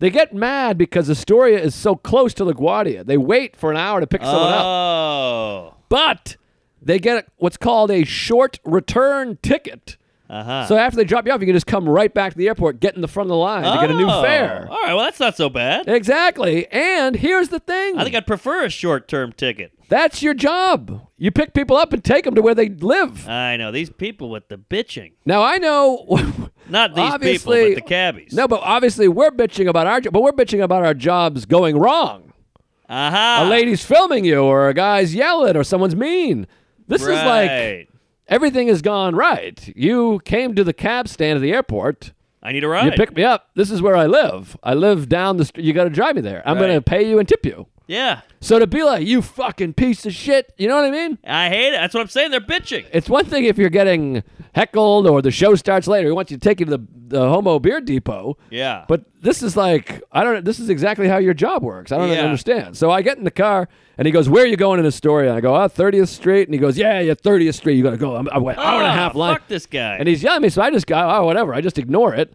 S1: They get mad because Astoria is so close to LaGuardia. They wait for an hour to pick someone up,
S2: oh.
S1: but they get what's called a short return ticket.
S2: Uh huh.
S1: So after they drop you off, you can just come right back to the airport, get in the front of the line to get a new fare.
S2: Oh. All right, well, that's not so bad.
S1: Exactly. And here's the thing.
S2: I think I'd prefer a short term ticket.
S1: That's your job. You pick people up and take them to where they live.
S2: I know, these people with the bitching.
S1: now I know
S2: Not these
S1: Obviously-
S2: people, but the cabbies.
S1: No, but obviously we're bitching about our job, but we're bitching about our jobs going wrong.
S2: Aha.
S1: A lady's filming you or a guy's yelling or someone's mean. This is like
S2: Right.
S1: everything has gone right. You came to the cab stand at the airport.
S2: I need a ride.
S1: You pick me up. This is where I live. I live down the street. You got to drive me there. I'm
S2: Right.
S1: going to pay you and tip you.
S2: yeah.
S1: So to be like, you fucking piece of shit, you know what I mean?
S2: I hate it. That's what I'm saying. They're bitching.
S1: It's one thing if you're getting heckled or the show starts later. We want you to take you to the, the Homo Beer Depot.
S2: Yeah.
S1: But this is like, I don't This is exactly how your job works. I don't
S2: Yeah.
S1: understand. So I get in the car and he goes, Where are you going in Astoria? And I go, Oh, 30th Street. And he goes, Yeah, yeah, 30th Street. You got to go. I'm, I went hour and a
S2: Ah,
S1: half line.
S2: Fuck this guy.
S1: And he's yelling at me, so I just go, oh, whatever. I just ignore it.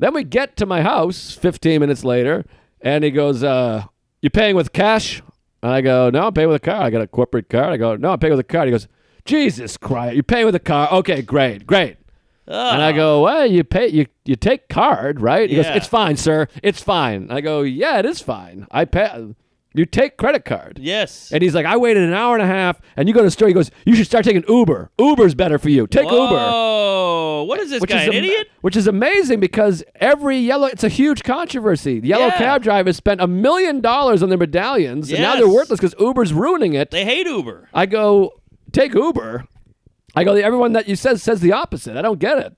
S1: Then we get to my house 15 minutes later, and he goes, uh, You paying with cash? And I go, No, I'm paying with a card. I got a corporate card. I go, No, I'm paying with a card. He goes, Jesus Christ, you paying with a card? Okay, great, great. And I go, Well, you pay you you take card, right? He
S2: Ah. Yeah.
S1: goes, It's fine, sir. It's fine. I go, Yeah, it is fine. I pay you take credit card.
S2: yes.
S1: And he's like, I waited an hour and a half, and you go to the store. He goes, You should start taking Uber. Uber's better for you. Take Uber
S2: Oh, what is this guy? An
S1: am-
S2: idiot?
S1: Which is amazing because every yellow, it's a huge controversy. The Yellow
S2: Yeah.
S1: cab drivers spent a million dollars on their medallions, and now they're
S2: Yes.
S1: worthless because Uber's ruining it.
S2: They hate Uber.
S1: I go, take Uber. I go, everyone that you says says the opposite. I don't get it.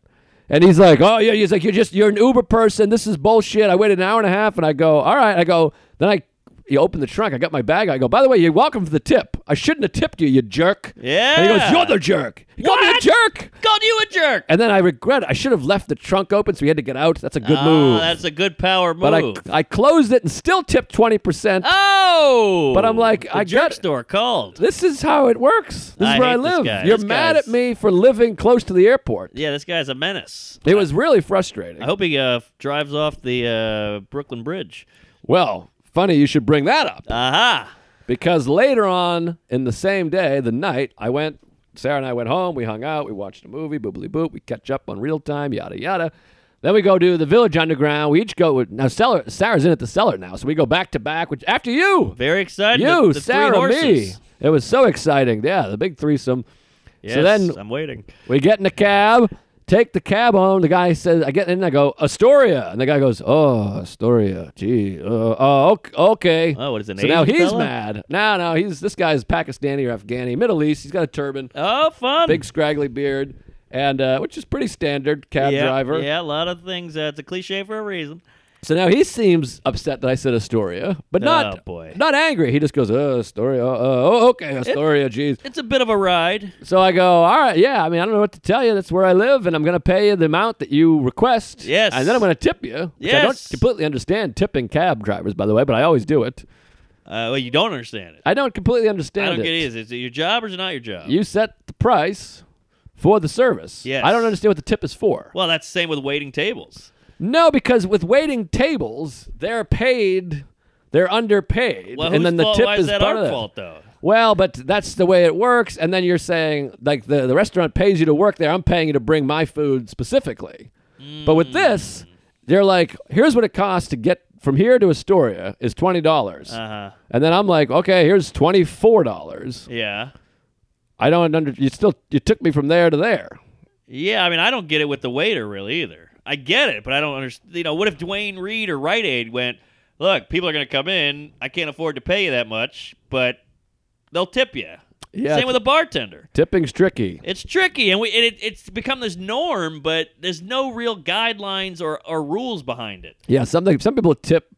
S1: And he's like, oh yeah, he's like, you're just you're an Uber person. This is bullshit. I waited an hour and a half, and I go, all right. I go, then I you open the trunk. I got my bag. I go, by the way, you're welcome for the tip. I shouldn't have tipped you, you jerk. And he
S2: Yeah.
S1: goes, you're the jerk. He called me a
S2: What?
S1: jerk.
S2: Called you a jerk.
S1: And then I regret it. I should have left the trunk open, so we had to get out. That's a good
S2: Ah,
S1: move.
S2: That's a good power
S1: but I,
S2: move.
S1: I closed it and still tipped twenty percent.
S2: oh.
S1: But I'm like,
S2: the
S1: I
S2: jerk
S1: got-
S2: store called.
S1: This is how it works. This
S2: I
S1: is where I
S2: hate this
S1: live.
S2: guy.
S1: You're
S2: This
S1: mad
S2: guy's-
S1: at me for living close to the airport.
S2: Yeah, this guy's a menace.
S1: It was really frustrating.
S2: I hope he uh, drives off the uh, Brooklyn Bridge.
S1: Well, funny you should bring that up
S2: Aha.
S1: because later on in the same day, the night I went, Sarah and I went home. We hung out. We watched a movie. Boobly boop. We catch up on real time. Yada yada. Then we go to the Village Underground. We each go with, now. Cellar, Sarah's in at the cellar now, so we go back to back. Which after you,
S2: Very excited.
S1: you,
S2: the, the three
S1: Sarah, me.
S2: horses.
S1: It was so exciting. Yeah, the big threesome.
S2: Yes,
S1: so then
S2: I'm waiting.
S1: we get in the cab, take the cab home. The guy says, I get in, I go, Astoria. And the guy goes, Oh, Astoria. Gee. Uh, oh, ok- okay.
S2: Oh, what is it, an
S1: So now
S2: Asian
S1: he's
S2: fella?
S1: mad. No, no, he's this guy's Pakistani or Afghani, Middle East. He's got a turban,
S2: Oh, fun.
S1: big scraggly beard, and uh, which is pretty standard cab
S2: yeah,
S1: driver.
S2: Yeah, a lot of things. Uh, it's a cliche for a reason.
S1: So now he seems upset that I said Astoria, but not
S2: Oh, boy.
S1: not angry. He just goes, "Oh, Astoria. Uh, oh, okay, Astoria. Geez."
S2: It's a bit of a ride.
S1: So I go, all right, yeah. I mean, I don't know what to tell you. That's where I live, and I'm going to pay you the amount that you request.
S2: Yes.
S1: And then I'm going to tip you. Which I don't
S2: Yes.
S1: completely understand tipping cab drivers, by the way, but I always do it.
S2: Uh, well, you don't understand it.
S1: I don't completely
S2: I
S1: understand
S2: don't
S1: it.
S2: get it. Is it your job or is it not your job?
S1: You set the price. for the service.
S2: Yes.
S1: I don't understand what the tip is for.
S2: Well, that's the same with waiting tables.
S1: No, because with waiting tables, they're paid, they're underpaid,
S2: Well,
S1: and then
S2: whose
S1: the
S2: fault-
S1: tip
S2: why
S1: is
S2: is that
S1: part
S2: our
S1: of that.
S2: fault though?
S1: Well, but that's the way it works. And then you're saying, like, the, the restaurant pays you to work there. I'm paying you to bring my food specifically. But with this,
S2: Mm.
S1: they're like, here's what it costs to get from here to Astoria is $20.
S2: Uh huh.
S1: and then I'm like, okay, here's $24.
S2: Yeah.
S1: I don't under, you still, you took me from there to there.
S2: Yeah, I mean, I don't get it with the waiter really either. I get it, but I don't understand. You know, what if Dwayne Reed or Rite Aid went, look, people are going to come in. I can't afford to pay you that much, but they'll tip you.
S1: Yeah.
S2: Same with a bartender.
S1: Tipping's tricky.
S2: It's tricky, and we and it, it's become this norm, but there's no real guidelines or, or rules behind it.
S1: Yeah. Something, some people tip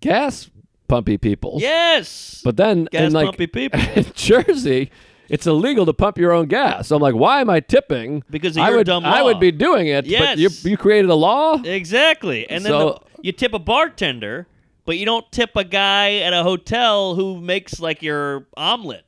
S1: gas pumpy people.
S2: Yes,
S1: But then
S2: gas
S1: in like
S2: pumpy people.
S1: in Jersey, it's illegal to pump your own gas. So I'm like, why am I tipping?
S2: Because of
S1: I
S2: your
S1: would
S2: dumb
S1: I
S2: law.
S1: would be doing it. But
S2: Yes.
S1: you you created a law.
S2: Exactly. And then
S1: So-
S2: the, you tip a bartender, but you don't tip a guy at a hotel who makes like your omelet.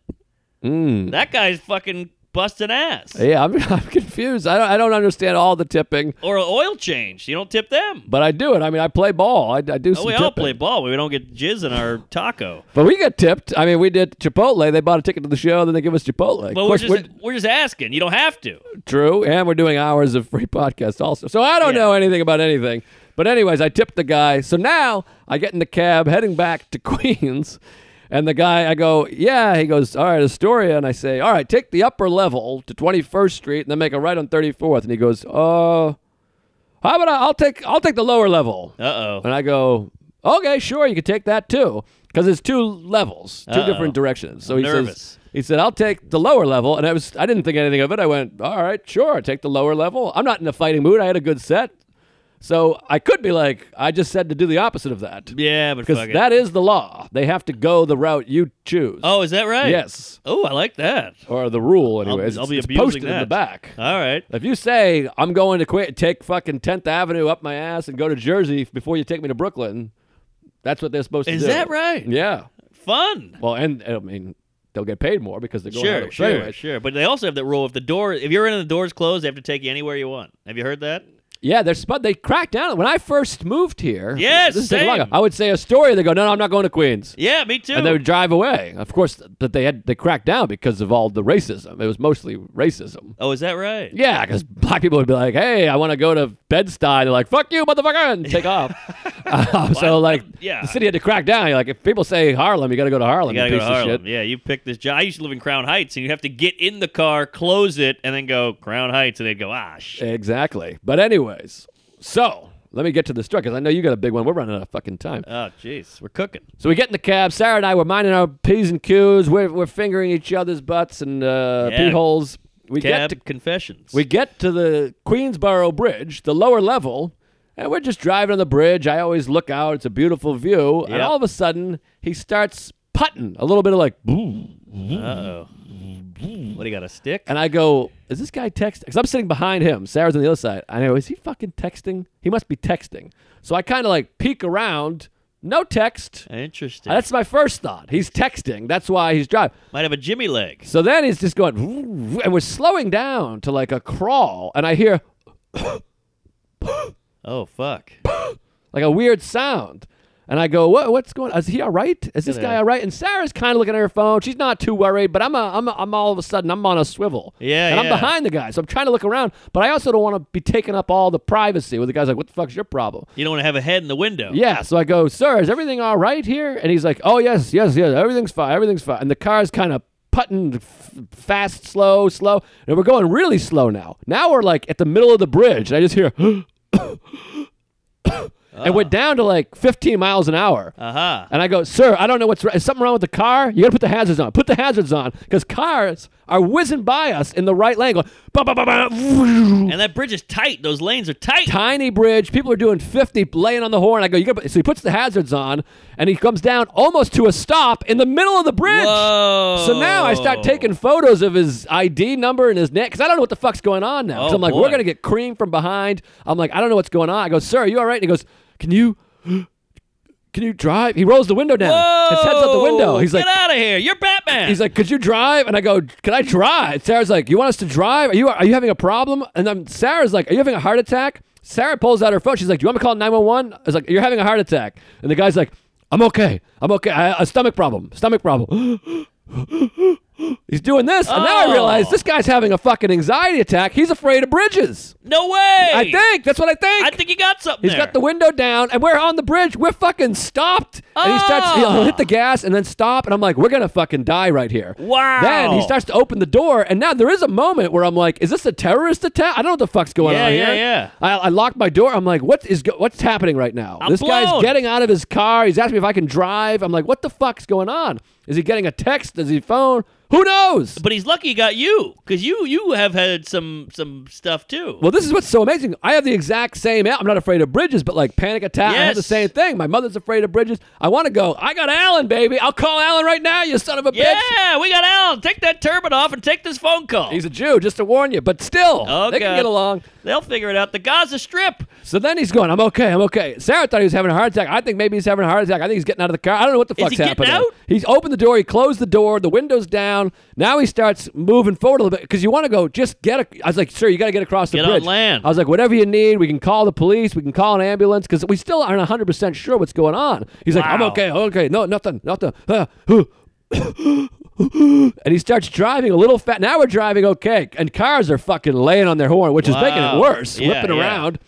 S1: Mm.
S2: That guy's fucking busting ass.
S1: Yeah, I'm, I'm confused. I don't I don't understand all the tipping,
S2: Or an oil change. You don't tip them.
S1: but I do it. I mean, I play ball. I, I do
S2: Oh,
S1: some
S2: we
S1: tipping.
S2: all play ball. but We don't get jizz in our taco.
S1: But we get tipped. I mean, we did Chipotle. They bought a ticket to the show, then they give us Chipotle. of
S2: Well, we're
S1: course,
S2: just, we're, just asking. You don't have to.
S1: True, and we're doing hours of free podcast also. So I don't
S2: Yeah.
S1: know anything about anything. But anyways, I tipped the guy. So now I get in the cab heading back to Queens, and the guy I go, "Yeah." He goes, "All right, Astoria," and I say, "All right, take the upper level to 21st Street, and then make a right on 34th." And he goes, "Uh, how about I, I'll take I'll take the lower level."
S2: Uh oh.
S1: And I go, okay, sure, you can take that too, because it's two levels, 2
S2: Uh-oh.
S1: different directions. So he says,
S2: Nervous.
S1: he said, I'll take the lower level, and I was, I didn't think anything of it. I went, all right, sure, take the lower level. I'm not in a fighting mood. I had a good set, so I could be like, I just said to do the opposite of that
S2: Yeah, but
S1: because
S2: fuck it.
S1: that is the law. They have to go the route you choose.
S2: Oh, is that right?
S1: yes,
S2: Oh, I like that.
S1: or the rule, anyways.
S2: I'll be
S1: it's, it's
S2: abusing
S1: posted in the
S2: that.
S1: back.
S2: All right.
S1: If you say I'm going to quit, take fucking Tenth Avenue up my ass and go to Jersey before you take me to Brooklyn, that's what they're supposed to
S2: Is
S1: do.
S2: that right?
S1: Yeah.
S2: Fun.
S1: Well, and I mean, they'll get paid more because they're going out
S2: Sure,
S1: of
S2: sure,
S1: anyway.
S2: sure. But they also have that rule: if the door, if you're in and the door's closed, they have to take you anywhere you want. Have you heard that?
S1: Yeah, they're but they cracked down. When I first moved here,
S2: Yes,
S1: this is taking
S2: same.
S1: longer. I would say Astoria. They go, no, no, I'm not going to Queens.
S2: Yeah, me too.
S1: And they would drive away. Of course, but they had they cracked down because of all the racism. It was mostly racism.
S2: oh, is that right?
S1: Yeah, because black people would be like, "Hey, I want to go to Bed Stuy." They're like, "Fuck you, motherfucker!" and take off. Uh, so like,
S2: yeah.
S1: the city had to crack down. You're like, if people say Harlem, you got to go to Harlem.
S2: You gotta
S1: you
S2: go
S1: piece
S2: to
S1: of
S2: Harlem.
S1: shit.
S2: Yeah, you pick this job. I used to live in Crown Heights, and you have to get in the car, close it, and then go Crown Heights, and they'd go, ah, shit.
S1: Exactly. But anyways, so let me get to the story because I know you got a big one. We're running out of fucking time.
S2: Oh, jeez, we're cooking.
S1: So we get in the cab. Sarah and I were minding our p's and q's. We're, we're fingering each other's butts and uh,
S2: Yeah.
S1: pee holes. We get
S2: Cab
S1: to
S2: confessions.
S1: We get to the Queensboro Bridge, the lower level, and we're just driving on the bridge. I always look out; it's a beautiful view. And
S2: Yep.
S1: all of a sudden, he starts putting a little bit of like, "Boo."
S2: uh oh. What do you got? A stick?
S1: and I go, "Is this guy texting?" Because I'm sitting behind him. Sarah's on the other side. I know, is he fucking texting? He must be texting. So I kind of like peek around. No text.
S2: Interesting.
S1: That's my first thought. He's texting. That's why he's driving.
S2: Might have a Jimmy leg.
S1: So then he's just going, and we're slowing down to like a crawl. And I hear,
S2: Oh fuck.
S1: like a weird sound. And I go, what, what's going? Is he all right? Is this guy all right? And Sarah's kind of looking at her phone. She's not too worried, but I'm, a, I'm, a, I'm all of a sudden I'm on a swivel.
S2: Yeah,
S1: and I'm
S2: yeah.
S1: behind the guy, so I'm trying to look around, but I also don't want to be taking up all the privacy. Where the guy's like, "What the fuck's your problem?"
S2: You don't want to have a head in the window.
S1: Yeah, so I go, "Sir, is everything all right here?" And he's like, "Oh yes, yes, yes, everything's fine, everything's fine." And the car's kind of putting f- fast, slow, slow, and we're going really slow now. Now we're like at the middle of the bridge, and I just hear, and we're down to like 15 miles an hour.
S2: Uh huh.
S1: And I go, sir, I don't know what's wrong. Is something wrong with the car? You got to put the hazards on. Put the hazards on because cars are whizzing by us in the right lane. Going, bah, bah, bah, bah.
S2: And that bridge is tight. Those lanes are tight.
S1: Tiny bridge. People are doing 50, laying on the horn. I go, you got. So he puts the hazards on, and he comes down almost to a stop in the middle of the bridge.
S2: Whoa.
S1: So now I start taking photos of his ID number and his neck because I don't know what the fuck's going on now. 'Cause
S2: Oh,
S1: I'm like,
S2: boy.
S1: we're gonna get creamed from behind. I'm like, I don't know what's going on. I go, sir, are you all right? And he goes, can you? can Can you drive? He rolls the window down. His head's out the window. He's
S2: Get
S1: like,
S2: out of here. You're Batman.
S1: He's like, "Could you drive?" And I go, "Can I drive?" Sarah's like, "You want us to drive? Are you are you having a problem?" And then Sarah's like, "Are you having a heart attack?" Sarah pulls out her phone. She's like, "Do you want me to call 911?" I was like, "You're having a heart attack." And the guy's like, "I'm okay. I'm okay. I, a stomach problem. Stomach problem." He's doing this, and now I
S2: Oh.
S1: realize this guy's having a fucking anxiety attack. He's afraid of bridges.
S2: no way.
S1: I think that's what I think.
S2: I think you got something.
S1: He's
S2: there.
S1: got the window down, and we're on the bridge. We're fucking stopped. And he starts, he'll
S2: Ah.
S1: hit the gas and then stop. And I'm like, we're going to fucking die right here.
S2: Wow.
S1: Then he starts to open the door. And now there is a moment where I'm like, is this a terrorist attack? I don't know what the fuck's going
S2: Yeah,
S1: on
S2: yeah,
S1: here.
S2: yeah.
S1: I, I lock my door. I'm like, what is go- what's happening right now?
S2: I'm
S1: this guy's
S2: blown.
S1: getting out of his car. He's asking me if I can drive. I'm like, what the fuck's going on? Is he getting a text? Is he phone? Who knows?
S2: But he's lucky he got you because you you have had some some stuff too.
S1: Well, this is what's so amazing. I have the exact same. al- I'm not afraid of bridges, but like panic attack, I have the
S2: Yes.
S1: same thing. My mother's afraid of bridges. I want to go. I got Alan, baby. I'll call Alan right now. You son of a
S2: yeah,
S1: bitch.
S2: we got Alan. Take that turban off and take this phone call.
S1: He's a Jew, just to warn you. But still,
S2: Oh,
S1: they can
S2: God.
S1: get along.
S2: They'll figure it out. The Gaza Strip.
S1: So then he's going. I'm okay. I'm okay. Sarah thought he was having a heart attack. I think maybe he's having a heart attack. I think he's getting out of the car. I don't know what the
S2: Is
S1: fuck's
S2: he getting
S1: happening.
S2: out?
S1: He's opened the door. He closed the door. The window's down. Now he starts moving forward a little bit because you want to go. Just get. A, I was like, sir, you got to get across the
S2: Get on
S1: bridge.
S2: land.
S1: I was like, whatever you need, we can call the police. We can call an ambulance because we still aren't 100 percent sure what's going on. He's like, I'm
S2: Wow.
S1: okay. Okay, no, nothing, nothing. Uh, huh. and he starts driving a little fat. Now we're driving okay, and cars are fucking laying on their horn, which is making it
S2: Wow.
S1: worse,
S2: Yeah,
S1: whipping
S2: yeah.
S1: around.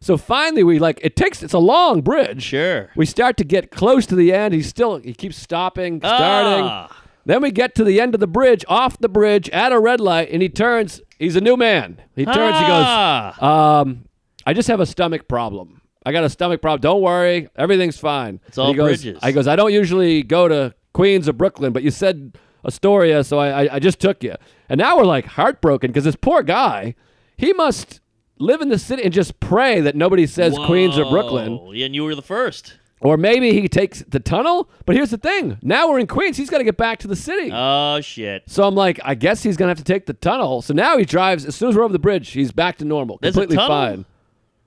S1: So finally, we like it takes. It's a long bridge.
S2: Sure.
S1: We start to get close to the end. He's still. He keeps stopping, starting.
S2: Ah.
S1: Then we get to the end of the bridge, off the bridge, at a red light, and he turns. He's a new man. He turns.
S2: Ah.
S1: He goes. Um, I just have a stomach problem. I got a stomach problem. Don't worry, everything's fine. It's
S2: all
S1: he goes,
S2: bridges.
S1: I goes. I don't usually go to Queens or Brooklyn, but you said Astoria, so I I, I just took you. And now we're like heartbroken because this poor guy, he must live in the city and just pray that nobody says Queens or Brooklyn.
S2: Whoa. Yeah, and you were the first.
S1: Or maybe he takes the tunnel. But here's the thing: now we're in Queens. He's got to get back to the city.
S2: Oh shit.
S1: so I'm like, I guess he's gonna have to take the tunnel. So now he drives. As soon as we're over the bridge, he's back to normal,
S2: There's a
S1: completely
S2: tunnel?
S1: fine.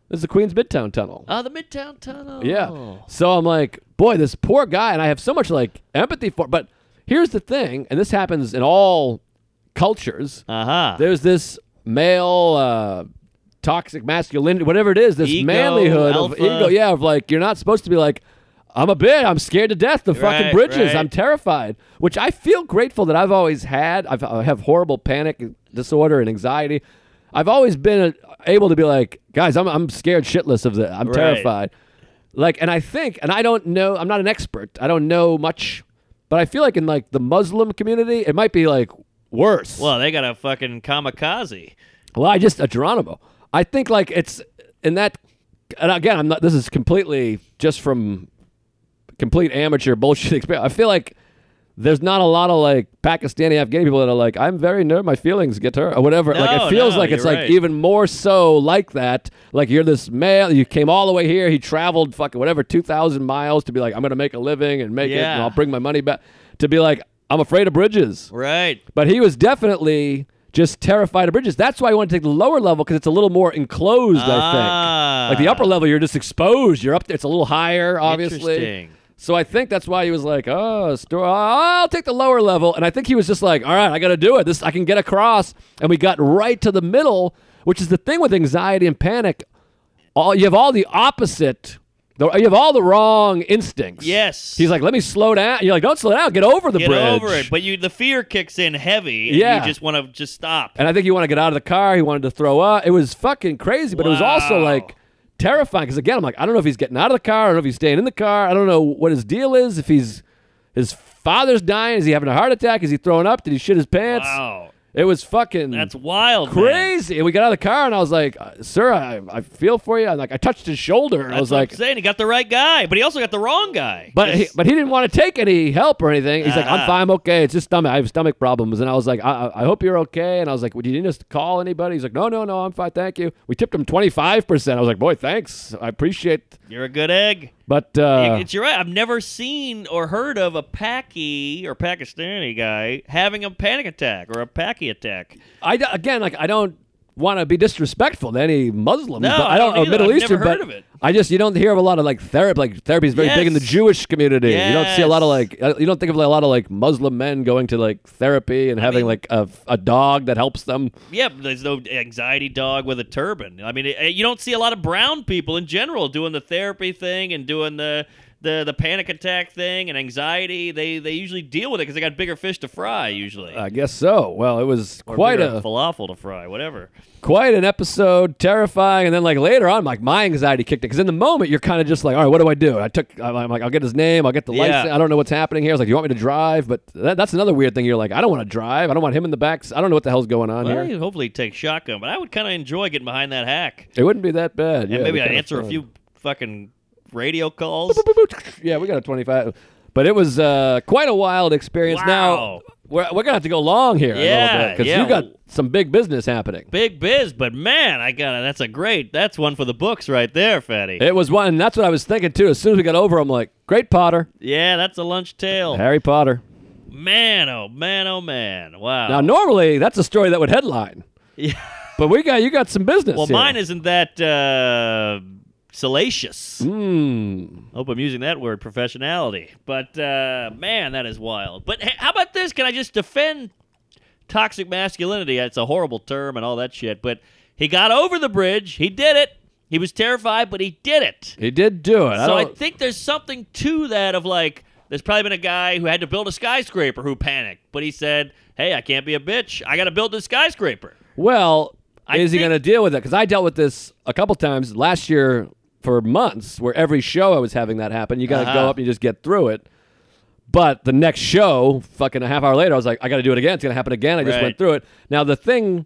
S1: This is the Queens Midtown Tunnel.
S2: Oh, the Midtown Tunnel.
S1: Yeah. So I'm like, boy, this poor guy, and I have so much like empathy for. But here's the thing, and this happens in all cultures.
S2: Uh huh.
S1: There's this male uh, toxic masculinity, whatever it is, this
S2: Ego,
S1: manlyhood of
S2: alpha.
S1: ego. Yeah, of like you're not supposed to be like. I'm a bitch. I'm scared to death. The fucking
S2: Right,
S1: bridges.
S2: right.
S1: I'm terrified. Which I feel grateful that I've always had. I've, I have horrible panic disorder and anxiety. I've always been uh, able to be like, guys, I'm I'm scared shitless of this. I'm
S2: Right.
S1: terrified. Like, and I think, and I don't know. I'm not an expert. I don't know much, but I feel like in like the Muslim community, it might be like worse.
S2: Well, they got a fucking kamikaze.
S1: Well, I just a Geronimo. I think like it's in that, and again, I'm not. This is completely just from complete amateur bullshit experience. I feel like there's not a lot of like Pakistani Afghani people that are like, I'm very nervous. My feelings get hurt or whatever. like
S2: No,
S1: it feels
S2: no,
S1: like it's
S2: you're
S1: like
S2: right.
S1: even more so like that. Like you're this male. You came all the way here. He traveled fucking whatever two thousand miles to be like, I'm gonna make a living and make it, and
S2: Yeah.
S1: I'll bring my money back. To be like, I'm afraid of bridges.
S2: Right.
S1: But he was definitely just terrified of bridges. That's why I want to take the lower level because it's a little more enclosed, I
S2: Ah.
S1: think. Like the upper level, you're just exposed. You're up there. It's a little higher, obviously.
S2: Interesting.
S1: So I think that's why he was like, oh, store, I'll take the lower level. And I think he was just like, all right, I got to do it. This I can get across. And we got right to the middle, which is the thing with anxiety and panic. All You have all the opposite. the- You have all the wrong instincts.
S2: Yes.
S1: He's like, let me slow down. You're like, don't slow down. Get over the
S2: Get
S1: bridge.
S2: over it. But you, the fear kicks in heavy. And
S1: Yeah.
S2: You just want to just stop.
S1: And I think he wanted to get out of the car. He wanted to throw up. It was fucking crazy, but it was also
S2: Wow.
S1: like terrifying. Because again, I'm like, I don't know if he's getting out of the car. I don't know if he's staying in the car. I don't know what his deal is. If he's his father's dying, is he having a heart attack? Is he throwing up? Did he shit his pants?
S2: Wow.
S1: It was fucking
S2: That's wild. man.
S1: crazy. And we got out of the car, and I was like, uh, "Sir, I, I feel for you." i like, I touched his shoulder. and I
S2: That's
S1: was
S2: what
S1: like,
S2: I'm saying he got the right guy, but he also got the wrong guy.
S1: But he,
S2: 'Cause-
S1: but he didn't want to take any help or anything. He's like, I'm
S2: Uh-huh.
S1: fine, I'm okay. It's just stomach. I have stomach problems. And I was like, I, I I hope you're okay. And I was like, well, do you need us to call anybody? He's like, no, no, no, I'm fine, thank you. We tipped him 25. percent I was like, boy, thanks, I appreciate.
S2: you're a good egg.
S1: But uh,
S2: it's you're right. I've never seen or heard of a Paki or Pakistani guy having a panic attack or a Paki attack.
S1: I d- again, like, I don't want to be disrespectful to any Muslims.
S2: No,
S1: but
S2: I
S1: I don't,
S2: don't
S1: or
S2: either.
S1: Middle
S2: I've
S1: Eastern,
S2: never heard
S1: but
S2: of it.
S1: I just you don't hear of a lot of like therapy. Like therapy is very big in the
S2: Yes.
S1: Jewish community. You don't see a lot of
S2: Yes.
S1: like uh, you don't think of like, a lot of like Muslim men going to like therapy and having
S2: mean-
S1: like a, a dog that helps them.
S2: Yeah, but there's no anxiety dog with a turban. I mean, it, you don't see a lot of brown people in general doing the therapy thing and doing the the, the panic attack thing and anxiety. They they usually deal with it because they got bigger fish to fry usually.
S1: I guess so. Well, it was
S2: Or
S1: Uh, quite
S2: bigger
S1: a
S2: falafel to fry, whatever.
S1: quite an episode, terrifying. And then like later on, like my anxiety kicked in because in the moment you're kind of just like, all right, what do I do? I took, I'm I'm like, I'll get his name, I'll get the
S2: Yeah.
S1: license. I don't know what's happening here. I was like, do you want me to drive? But that, that's another weird thing. You're like, I don't want to drive. I don't want him in the back. I don't know what the hell's going on
S2: Well,
S1: here.
S2: you hopefully take shotgun, but I would kind of enjoy getting behind that hack.
S1: It wouldn't be that bad.
S2: And
S1: yeah,
S2: maybe
S1: it'd
S2: I'd
S1: be
S2: answer a
S1: kinda
S2: few fucking radio calls.
S1: fun. Yeah, we got a 25. But it was uh, quite a wild experience.
S2: Wow.
S1: Now we're, we're gonna have to go long here a
S2: Yeah,
S1: little bit because
S2: yeah.
S1: you got some big business happening.
S2: Big biz, but man, I got to That's a great. That's one for the books right there, fatty.
S1: It was one. And that's what I was thinking too. As soon as we got over, I'm like, great Potter,
S2: yeah, that's a lunch tale.
S1: Harry Potter.
S2: Man, oh man, oh man! Wow.
S1: Now, normally that's a story that would headline,
S2: Yeah.
S1: but we got you got some business.
S2: well,
S1: here.
S2: mine isn't that uh, salacious.
S1: Mm.
S2: Hope I'm using that word professionality, but uh, man, that is wild. But hey, how about this? Can I just defend toxic masculinity? It's a horrible term and all that shit, but he got over the bridge. He did it. He was terrified, but he did it.
S1: He did do it. I
S2: so I
S1: don't-
S2: think there's something to that of like there's probably been a guy who had to build a skyscraper who panicked, but he said, "Hey, I can't be a bitch. I got to build this skyscraper."
S1: well,
S2: I
S1: is he
S2: think-
S1: going to deal with it? Because I dealt with this a couple times last year for months, where every show I was having that happen. You got to
S2: Uh-huh.
S1: go up and you just get through it. But the next show, fucking a half hour later, I was like, I got to do it again. It's going to happen again. I just
S2: Right.
S1: went through it. Now the thing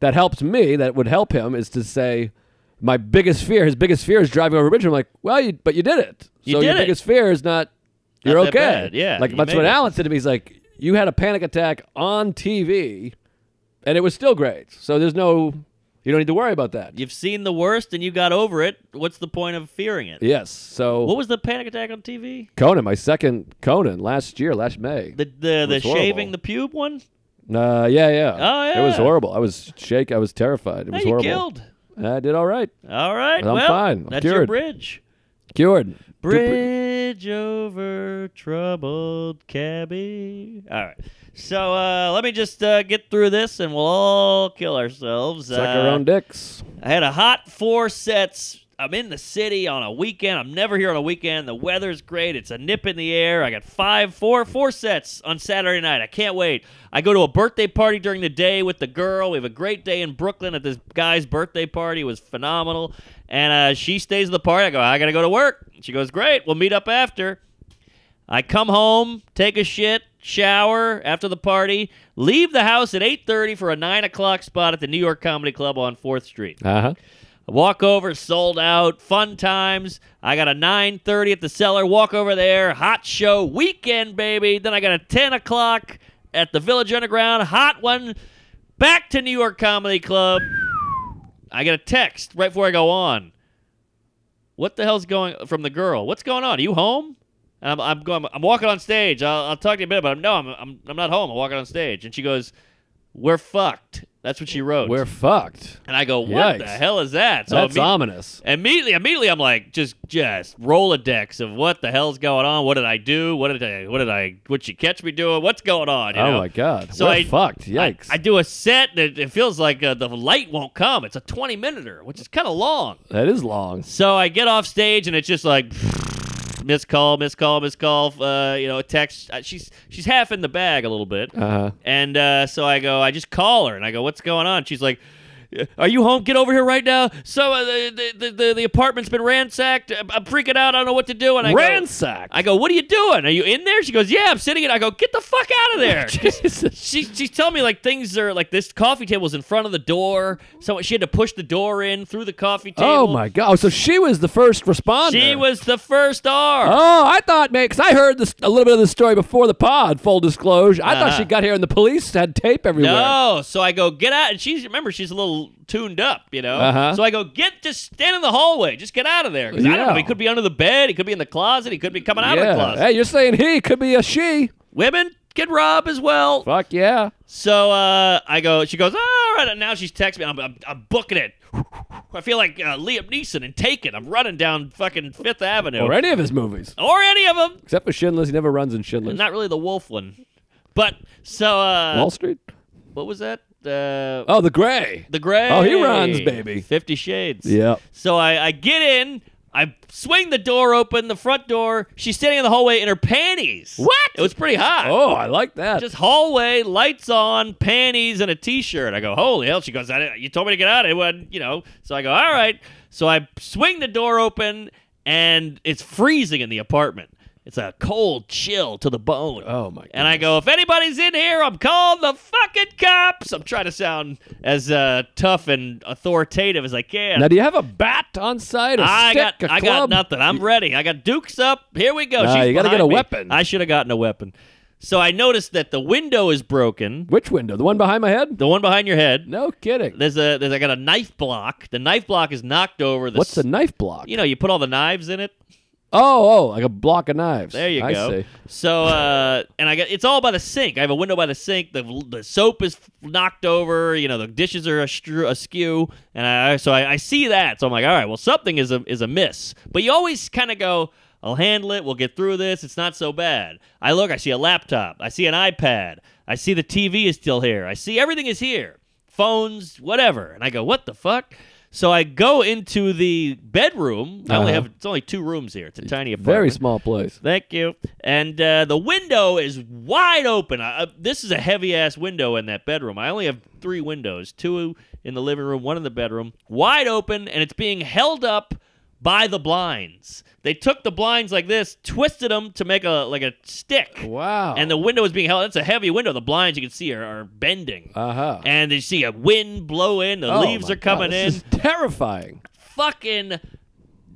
S1: that helps me, that would help him, is to say. My biggest fear, his biggest fear is driving over a bridge. I'm like, well, you, but you did it.
S2: You
S1: so
S2: did
S1: your
S2: it.
S1: biggest fear is not
S2: Not
S1: you're
S2: that
S1: okay.
S2: bad, yeah,
S1: Like
S2: you
S1: that's
S2: made
S1: what
S2: it.
S1: Alan said to me. He's like, you had a panic attack on TV, and it was still great. So there's no, you don't need to worry about that.
S2: You've seen the worst and you got over it. What's the point of fearing it?
S1: Yes. So
S2: What was the panic attack on TV?
S1: Conan, my second Conan last year, last May.
S2: The the, the
S1: was horrible.
S2: shaving the pube one?
S1: uh, yeah, yeah.
S2: Oh,
S1: It was
S2: yeah.
S1: horrible. I was shake. I was terrified. It was
S2: Hey, you
S1: horrible.
S2: killed.
S1: I did all right.
S2: All right,
S1: I'm
S2: well,
S1: fine. I'm
S2: that's your
S1: cured.
S2: bridge.
S1: Cured.
S2: Bridge over troubled cabby. All right. So uh, let me just uh, get through this and we'll all kill ourselves.
S1: Suck our
S2: Uh,
S1: own dicks.
S2: I had a hot four sets. I'm in the city on a weekend. I'm never here on a weekend. The weather's great. It's a nip in the air. I got five, four, four sets on Saturday night. I can't wait. I go to a birthday party during the day with the girl. We have a great day in Brooklyn at this guy's birthday party. It was phenomenal. And uh, she stays at the party. I go, I got to go to work. She goes, Great. We'll meet up after. I come home, take a shit, shower after the party, leave the house at 8.30 for a 9 o'clock spot at the New York Comedy Club on 4th Street.
S1: Uh huh.
S2: Walk over, sold out, fun times. I got a 9:30 at the cellar. Walk over there, hot show weekend, baby. Then I got a 10 o'clock at the Village Underground, hot one. Back to New York Comedy Club. I get a text right before I go on. What the hell's going from the girl? What's going on? Are you home? And I'm, I'm going. I'm walking on stage. I'll, I'll talk to you in a bit, but I'm, no, I'm, I'm I'm not home. I'm walking on stage, and she goes, "We're fucked." That's what she wrote.
S1: We're fucked.
S2: And I go, what the
S1: Yikes.
S2: hell is that?
S1: That's
S2: imme-
S1: ominous.
S2: immediately, immediately, I'm like, just, just Rolodex of what the hell's going on? What did I do? What did I? What did I? What she catch me doing? What's going on? You
S1: oh
S2: know?
S1: my god.
S2: So
S1: We're
S2: I-
S1: fucked.
S2: I-
S1: Yikes.
S2: I, do a set that it feels like uh, the light won't come. It's a 20 minuter, which is kind of long.
S1: that is long.
S2: So I get off stage and it's just like miss call, miss call, miss call. Uh, you know, a text. Uh, She's she's half in the bag a little bit.
S1: Uh huh.
S2: And uh, so I go, I just call her and I go, what's going on? She's like, are you home? Get over here right now. So uh, the, the, the, the apartment's been ransacked. I'm I'm freaking out. I don't know what to do. And I go,
S1: Ransacked.
S2: I go, what are you doing? Are you in there? She goes, yeah, I'm sitting in. I go, get the fuck out of there.
S1: Jesus.
S2: she, she's telling me like things are like this coffee table's in front of the door. So she had to push the door in through the coffee table.
S1: Oh my god. Oh, so she was the first responder.
S2: She was the first R.
S1: Oh, I thought, man, because I heard this a little bit of this story before the pod. Full disclosure, I
S2: Uh-huh.
S1: thought she got here and the police had tape everywhere.
S2: No, so I go get out, and she's remember she's a little tuned up, you know.
S1: Uh-huh.
S2: So I go get just stand in the hallway, just get out of there. 'Cause I don't know,
S1: Yeah.
S2: he could be under the bed, he could be in the closet, he could be coming out of the
S1: yeah.
S2: closet.
S1: Hey, you're saying he could be a she?
S2: Women get robbed as well.
S1: Fuck yeah.
S2: So uh, I go, she goes, all right now she's texting me. I'm, I'm, I'm booking it. I feel like uh, Liam Neeson and Taken. I'm running down fucking Fifth Avenue.
S1: or any of his movies.
S2: Or any of them.
S1: Except for Schindler's. He never runs in Schindler's.
S2: Not really the wolf one. But, so, uh,
S1: Wall Street?
S2: what was that? Uh,
S1: Oh, The Gray.
S2: The Gray.
S1: Oh, he runs, baby.
S2: Fifty Shades.
S1: Yep.
S2: So I, I get in. I swing the door open, the front door. She's standing in the hallway in her panties.
S1: What?
S2: It was pretty hot.
S1: Oh, I like that.
S2: Just hallway, lights on, panties, and a t-shirt. I go, holy hell! She goes, I, didn't- you told me to get out. It wasn't, you know. So I go, all right. So I swing the door open, and it's freezing in the apartment. It's a cold chill to the bone.
S1: oh my god.
S2: And I go, if anybody's in here, I'm calling the fucking cops. I'm trying to sound as uh, tough and authoritative as I can.
S1: now, do you have a bat on site? A
S2: I
S1: stick?
S2: got,
S1: a
S2: I got
S1: club?
S2: nothing. I'm ready. I got Dukes up. Here we go.
S1: Nah,
S2: She's
S1: you gotta get
S2: behind
S1: a
S2: me.
S1: weapon.
S2: I should have gotten a weapon. So I noticed that the window is broken.
S1: Which window? The one behind my head?
S2: The one behind your head.
S1: No kidding.
S2: There's a. There's. I got a knife block. The knife block is knocked over. The
S1: What's a
S2: s-
S1: knife block?
S2: You know, you put all the knives in it.
S1: oh, oh, like a block of knives.
S2: There you
S1: I
S2: go.
S1: See.
S2: So, uh, and I got it's all by the sink. I have a window by the sink. The the soap is knocked over. You know, the dishes are astru- askew, and I so I, I see that. So I'm like, all right, well, something is a is amiss. But you always kind of go. I'll handle it. We'll get through this. It's not so bad. I look. I see a laptop. I see an iPad. I see the TV is still here. I see everything is here. Phones, whatever. And I go, what the fuck? So I go into the bedroom. I only
S1: Uh-huh.
S2: have it's only two rooms here. It's a tiny apartment.
S1: Very small place.
S2: Thank you. And uh, the window is wide open. I, uh, this is a heavy ass window in that bedroom. I only have three windows two in the living room, one in the bedroom. Wide open, and it's being held up by the blinds. They took the blinds like this, twisted them to make a like a stick.
S1: Wow.
S2: And the window is being held. That's a heavy window. The blinds you can see are, are bending.
S1: uh huh.
S2: and you see a wind blow in. The leaves are coming in
S1: Oh This is terrifying.
S2: fucking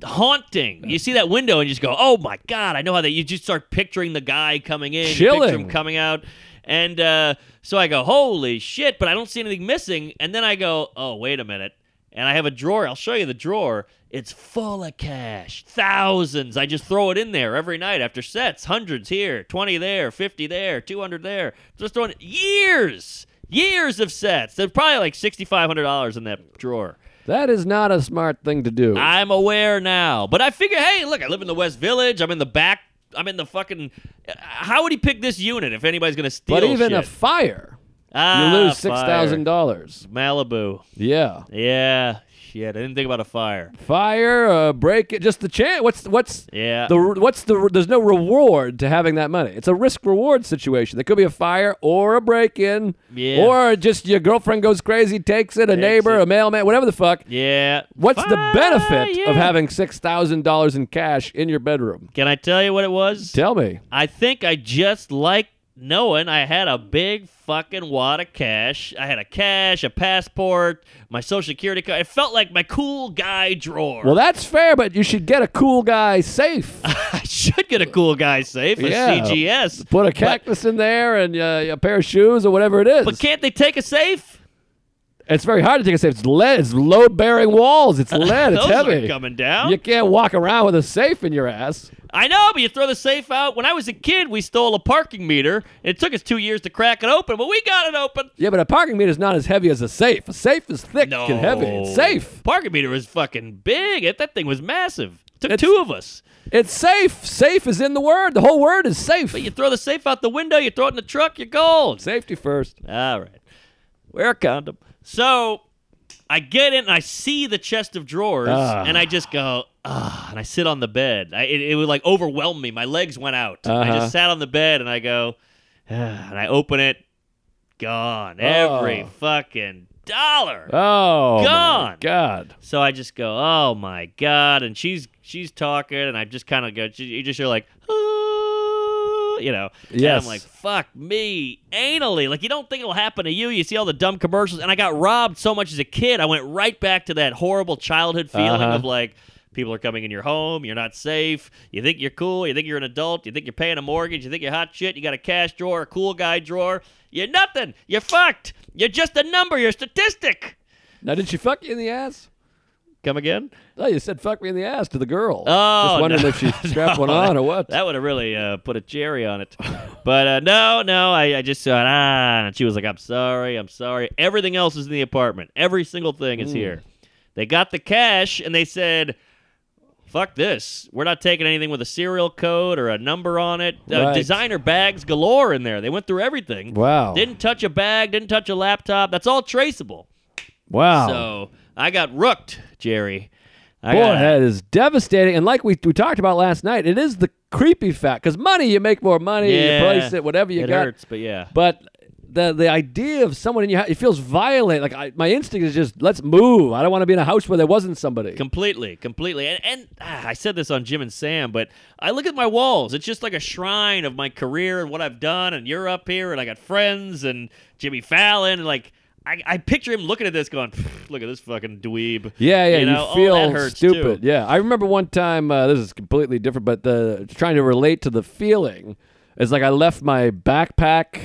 S2: haunting. You see that window and you just go, "Oh my god, I know how that." You just start picturing the guy coming in, you picture
S1: Chilling.
S2: him coming out, and uh, so I go, "Holy shit!" But I don't see anything missing, and then I go, "Oh wait a minute," and I have a drawer. I'll show you the drawer. It's full of cash, thousands. I just throw it in there every night after sets, hundreds here, twenty there, fifty there, two hundred there. Just throwing years, years of sets. There's probably like sixty five hundred dollars in that drawer.
S1: That is not a smart thing to do.
S2: I'm aware now, but I figure, hey, look, I live in the West Village. I'm in the back. I'm in the fucking. uh, How would he pick this unit if anybody's gonna steal?
S1: but even
S2: shit?
S1: a fire,
S2: Ah,
S1: you lose six
S2: fire.
S1: thousand dollars.
S2: Malibu.
S1: Yeah,
S2: Yeah, shit. I didn't think about a fire.
S1: fire, uh, break it. Just the chance. What's what's
S2: Yeah.
S1: the what's the there's no reward to having that money. It's a risk reward situation. There could be a fire or a break in,
S2: Yeah.
S1: or just your girlfriend goes crazy, takes it, a neighbor,
S2: it.
S1: a mailman, whatever the fuck.
S2: yeah.
S1: What's the
S2: Fire,
S1: benefit
S2: yeah.
S1: of having six thousand dollars in cash in your bedroom?
S2: Can I tell you what it was?
S1: Tell me.
S2: I think I just like knowing I had a big fucking wad of cash. I had a cash, a passport, my social security card. It felt like my cool guy drawer.
S1: Well, that's fair, but you should get a cool guy safe.
S2: I should get a cool guy safe, a
S1: Yeah.
S2: CGS.
S1: Put a
S2: But-
S1: cactus in there and uh, a pair of shoes or whatever it is.
S2: But can't they take a safe?
S1: it's very hard to take a safe. It's lead. It's load bearing walls. It's lead. It's
S2: Those
S1: heavy.
S2: are coming down.
S1: You can't walk around with a safe in your ass.
S2: I know, but you throw the safe out. When I was a kid, we stole a parking meter, and it took us two years to crack it open, but we got it open.
S1: Yeah, but a parking meter is not as heavy as a safe. A safe is thick
S2: No.
S1: and heavy. It's safe.
S2: Parking meter was fucking big. It- That thing was massive. It took
S1: It's-
S2: two of us.
S1: It's safe. Safe is in the word. The whole word is safe.
S2: But you throw the safe out the window, you throw it in the truck, you're gold.
S1: Safety first.
S2: All right. Wear a condom. So I get in and I see the chest of drawers
S1: Ah.
S2: and I just go, ah, and I sit on the bed. I, it, it would like overwhelm me. My legs went out. I
S1: Uh-huh.
S2: just sat on the bed and I go, ah, and I open it. Gone. Every
S1: Oh.
S2: fucking dollar.
S1: Oh, my
S2: Gone.
S1: God.
S2: So I just go, oh my god, and she's she's talking, and I just kind of go, she- you just hear like, "Ah," you know, Yeah.
S1: Yes.
S2: I'm like, fuck me, anally, like you don't think it'll happen to you. You see all the dumb commercials, and I got robbed so much as a kid. I went right back to that horrible childhood feeling
S1: Uh-huh.
S2: of like. People are coming in your home. You're not safe. You think you're cool. You think you're an adult. You think you're paying a mortgage. You think you're hot shit. You got a cash drawer, a cool guy drawer. You're nothing. You're fucked. You're just a number. You're a statistic.
S1: Now, did she fuck you in the ass?
S2: Come again?
S1: Oh, you said fuck me in the ass to the girl.
S2: Oh,
S1: Just wondering
S2: no.
S1: if she strapped one
S2: No,
S1: on
S2: that-
S1: or what.
S2: That would have really uh, put a cherry on it. But uh, no, no, I, I just saw it on, and she was like, "I'm sorry, I'm sorry." Everything else is in the apartment. Every single thing is here.
S1: Mm.
S2: They got the cash, and they said, "Fuck this. We're not taking anything with a serial code or a number on it. Uh,
S1: Right.
S2: Designer bags galore in there. They went through everything.
S1: wow.
S2: Didn't touch a bag. Didn't touch a laptop. That's all traceable.
S1: wow.
S2: So I got rooked, Jerry. I
S1: Boy,
S2: got-
S1: that is devastating. And like we, we talked about last night, it is the creepy fact because money, you make more money,
S2: Yeah.
S1: you place it, whatever you
S2: it
S1: got.
S2: hurts, but yeah.
S1: But the the idea of someone in your house, it feels violent. Like I, my instinct is just let's move. I don't want to be in a house where there wasn't somebody.
S2: Completely, completely, and and ah, I said this on Jim and Sam, but I look at my walls. It's just like a shrine of my career and what I've done. And you're up here, and I got friends and Jimmy Fallon, and like I, I picture him looking at this, going, "Pfft, "Look at this fucking dweeb."
S1: Yeah, yeah, you,
S2: know, oh,
S1: feel
S2: that hurts too.
S1: stupid. Yeah, I remember one time. Uh, this is completely different, but the trying to relate to the feeling is like I left my backpack.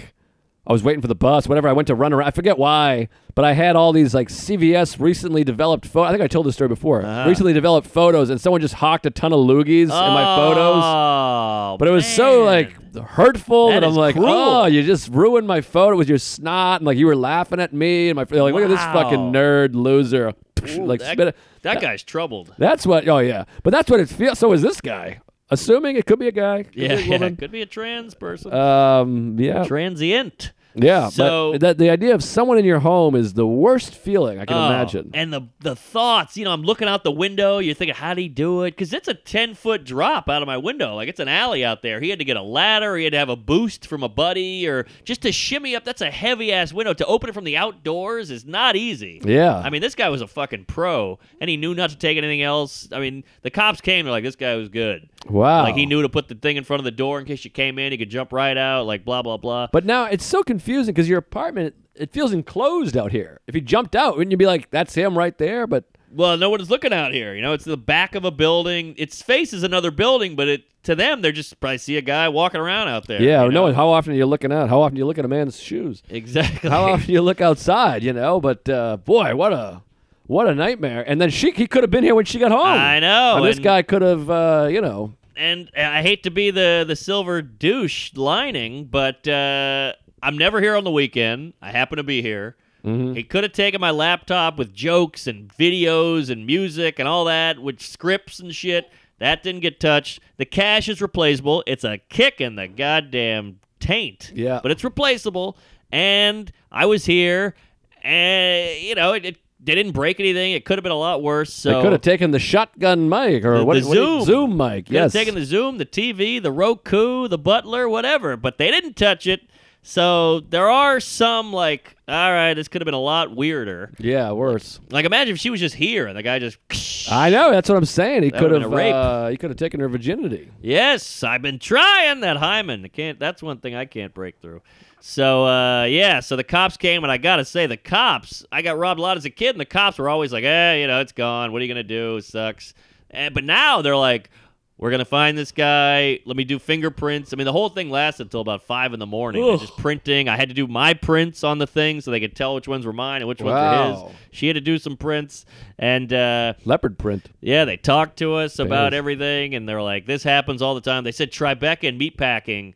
S1: I was waiting for the bus. Whatever. I went to run around. I forget why, but I had all these like CVS recently developed photo. I think I told this story before.
S2: Uh-huh.
S1: Recently developed photos, and someone just hawked a ton of loogies in my photos.
S2: Oh,
S1: But it was so
S2: man.
S1: like hurtful
S2: That
S1: that, I'm
S2: is
S1: like,
S2: cruel.
S1: oh, you just ruined my photo with your snot, and like you were laughing at me, and my like, look at this
S2: Wow.
S1: fucking nerd loser,
S2: Ooh,
S1: like
S2: that,
S1: spit it.
S2: that guy's troubled.
S1: That's what. Oh yeah, but that's what it feels. So is this guy? Assuming it could be a guy. could be
S2: Yeah,
S1: a
S2: yeah,
S1: woman.
S2: could be a trans person,
S1: Um. Yeah.
S2: transient.
S1: Yeah.
S2: So-
S1: but that the idea of someone in your home is the worst feeling I can
S2: Oh,
S1: imagine.
S2: And the the thoughts, you know, I'm looking out the window. You're thinking, how'd he do it? Because it's a 10 foot drop out of my window. Like it's an alley out there. He had to get a ladder. He had to have a boost from a buddy, or just to shimmy up. That's a heavy ass window. To open it from the outdoors is not easy.
S1: Yeah.
S2: I mean, this guy was a fucking pro, and he knew not to take anything else. I mean, the cops came. They're like, this guy was good.
S1: wow.
S2: Like he knew to put the thing in front of the door in case you came in. He could jump right out. Like blah blah blah.
S1: But now it's so confusing because your apartment it feels enclosed out here. If he jumped out, wouldn't you be like, "That's him right there"? But
S2: Well, no one's looking out here. You know, it's the back of a building. Its face is another building, but it to them, they're just probably see a guy walking around out there.
S1: yeah,
S2: you
S1: no.
S2: know?
S1: How often are you looking out? How often do you look at a man's shoes?
S2: exactly.
S1: How often do you look outside? You know. But uh, boy, what a what a nightmare. And then she he could have been here when she got home.
S2: I know.
S1: And this
S2: Oh, and,
S1: guy could have, uh, you know,
S2: and uh, I hate to be the the silver douche lining, but uh, I'm never here on the weekend. I happen to be here. He could have taken my laptop with jokes and videos and music and all that, with scripts and shit. That didn't get touched. The cash is replaceable. It's a kick in the goddamn taint.
S1: Yeah.
S2: But it's replaceable. And I was here, and, you know, it, it, they didn't break anything. It could have been a lot worse. So
S1: they could have taken the shotgun mic or
S2: The-
S1: what,
S2: the
S1: what do you-
S2: Zoom.
S1: Zoom mic.
S2: Could have
S1: Yes.
S2: taken the Zoom, the TV, the Roku, the Butler, whatever, but they didn't touch it. So there are some like, all right, this could have been a lot weirder.
S1: yeah, worse.
S2: Like imagine if she was just here and the guy just.
S1: I know. That's what I'm saying. He
S2: That
S1: could
S2: would've
S1: have.
S2: been a rape.
S1: Uh, he could have taken her virginity.
S2: Yes, I've been trying that hymen. I can't. That's one thing I can't break through. So uh, yeah, so the cops came, and I gotta say, the cops. I got robbed a lot as a kid, and the cops were always like, "Eh, you know, it's gone. What are you gonna do? It sucks." And, but now they're like, "We're gonna find this guy. Let me do fingerprints." I mean, the whole thing lasted until about five in the morning. They're
S1: Ugh.
S2: Just printing. I had to do my prints on the thing so they could tell which ones were mine and which ones were
S1: Wow.
S2: his. She had to do some prints, and. Uh,
S1: Leopard print.
S2: yeah, they talked to us about
S1: Bears.
S2: everything, and they're like, "This happens all the time." They said Tribeca and meatpacking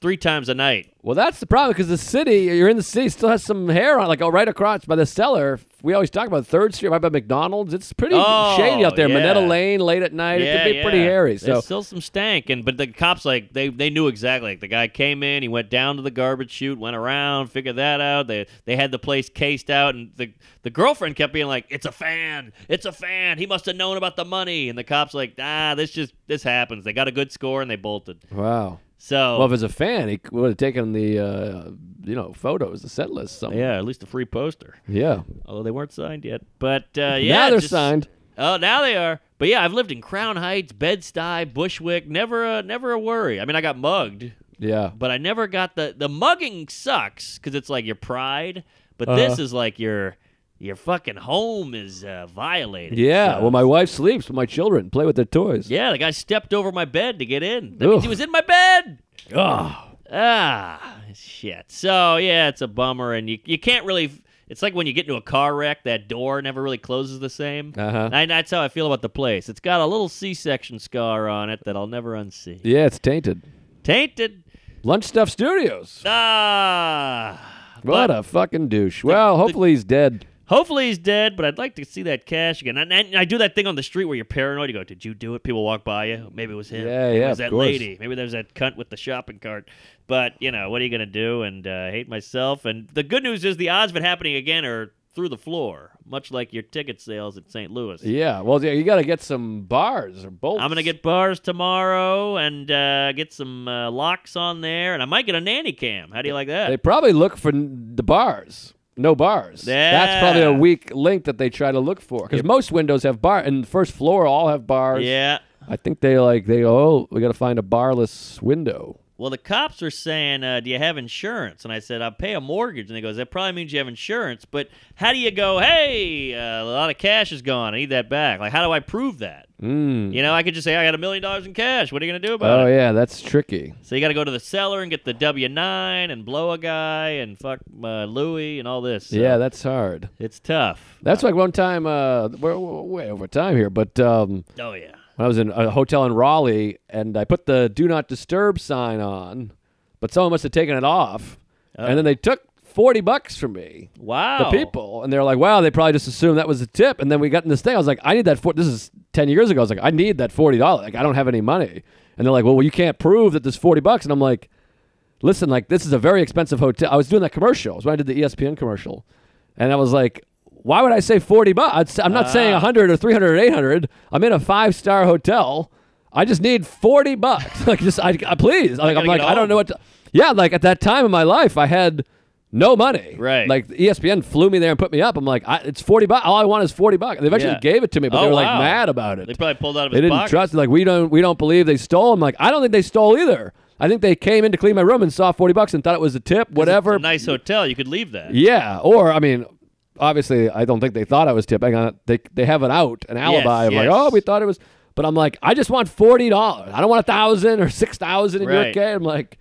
S2: three times a night.
S1: Well, that's the problem because the city. You're in the city. Still has some hair on. Like oh, right across by the cellar. We always talk about Third Street right by McDonald's. It's pretty
S2: Oh,
S1: shady out there.
S2: yeah.
S1: Minetta Lane late at night. it
S2: yeah,
S1: could be pretty
S2: yeah.
S1: hairy. So
S2: There's still some stank, and but the cops like they they knew exactly. Like the guy came in, he went down to the garbage chute, went around, figured that out. They they had the place cased out, and the the girlfriend kept being like, "It's a fan, it's a fan. He must have known about the money." And the cops like, "Ah, this just this happens." They got a good score and they bolted.
S1: wow.
S2: So
S1: Well, if it's a fan, he would have taken the uh, you know photos, the set list. Something.
S2: yeah, at least a free poster.
S1: Yeah.
S2: although they weren't signed yet. But uh, yeah,
S1: now they're
S2: just-
S1: signed.
S2: Oh, now they are. But yeah, I've lived in Crown Heights, Bed Stuy, Bushwick. Never, a, never a worry. I mean, I got mugged,
S1: Yeah.
S2: but I never got the the mugging sucks because it's like your pride. But this
S1: Uh-huh.
S2: is like your your fucking home is uh, violated.
S1: Yeah.
S2: so-
S1: Well, my wife sleeps with my children, play with their toys.
S2: yeah, the guy stepped over my bed to get in. That means he
S1: Ugh.
S2: was in my bed.
S1: Ugh.
S2: Ah, shit. So yeah, it's a bummer, and you you can't really. It's like when you get into a car wreck, that door never really closes the same.
S1: Uh-huh.
S2: And that's how I feel about the place. It's got a little C-section scar on it that I'll never unsee.
S1: Yeah, it's tainted.
S2: Tainted.
S1: Lunch Stuff Studios.
S2: Ah.
S1: What
S2: But
S1: a fucking douche. well, hopefully he's dead.
S2: hopefully he's dead, but I'd like to see that cash again. And, and I do that thing on the street where you're paranoid. You go, "Did you do it?" People walk by you. Maybe it was him.
S1: Yeah,
S2: Maybe
S1: yeah,
S2: It
S1: of
S2: was that
S1: course.
S2: lady. Maybe there's that cunt with the shopping cart. But you know, what are you gonna do? And uh, I hate myself. And the good news is the odds of it happening again are through the floor, much like your ticket sales at St. Louis.
S1: Yeah. Well, yeah, you got to get some bars or bolts.
S2: I'm gonna get bars tomorrow and uh, get some uh, locks on there, and I might get a nanny cam. How do you like that?
S1: They probably look for n- the bars. No bars. That's probably a
S2: Yeah.
S1: weak link that they try to look for because most windows have bar and first floor all have bars.
S2: yeah.
S1: I think they like they go, oh we got to find a barless window.
S2: Well, the cops were saying, uh, "Do you have insurance?" And I said, "I pay a mortgage." And they goes, "That probably means you have insurance." But how do you go? Hey, uh, a lot of cash is gone. I need that back. Like, how do I prove that?
S1: Mm.
S2: You know, I could just say I got a million dollars in cash. What are you gonna do about
S1: Oh
S2: it?
S1: yeah, that's tricky.
S2: So you got to go to the seller and get the W nine and blow a guy and fuck uh, Louis and all this. So
S1: Yeah, that's hard.
S2: it's tough.
S1: That's like one time. Uh, we're, we're way over time here, but um,
S2: Oh yeah.
S1: when I was in a hotel in Raleigh and I put the do not disturb sign on, but someone must have taken it off. And then they took 40 bucks from me, the
S2: Wow.
S1: people. And they're like, wow, they probably just assumed that was a tip. And then we got in this thing. I was like, I need that. For- this is 10 years ago. I was like, I need that $40. Like, I don't have any money. And they're like, well, you can't prove that this 40 bucks. And I'm like, listen, like this is a very expensive hotel. I was doing that commercial. It was when I did the E ESPN commercial, and I was like, why would I say forty bucks? I'm not saying
S2: Ah.
S1: a hundred or three hundred or eight hundred. I'm in a five star hotel. I just need forty bucks. like just, I, I please. Like, I'm
S2: gotta
S1: like,
S2: get
S1: I don't know what.
S2: home.
S1: To, yeah, like at that time in my life, I had no money.
S2: Right.
S1: Like E ESPN flew me there and put me up. I'm like, I, it's forty bucks. All I want is forty bucks. They eventually
S2: Yeah.
S1: gave it to me, but
S2: Oh,
S1: they were like
S2: wow.
S1: mad about it
S2: They probably pulled out of his
S1: they didn't
S2: pocket.
S1: trust. Like we don't, we don't believe they stole. I'm like, I don't think they stole either. I think they came in to clean my room and saw forty bucks and thought it was a tip,
S2: It's
S1: whatever.
S2: a nice hotel. You could leave that.
S1: yeah, or I mean, obviously, I don't think they thought I was tipping. Uh, They they have an out, an alibi of like,
S2: yes.
S1: oh, we thought it was. But I'm like, I just want forty dollars. I don't want a thousand or six thousand in your
S2: Right.
S1: case. I'm like,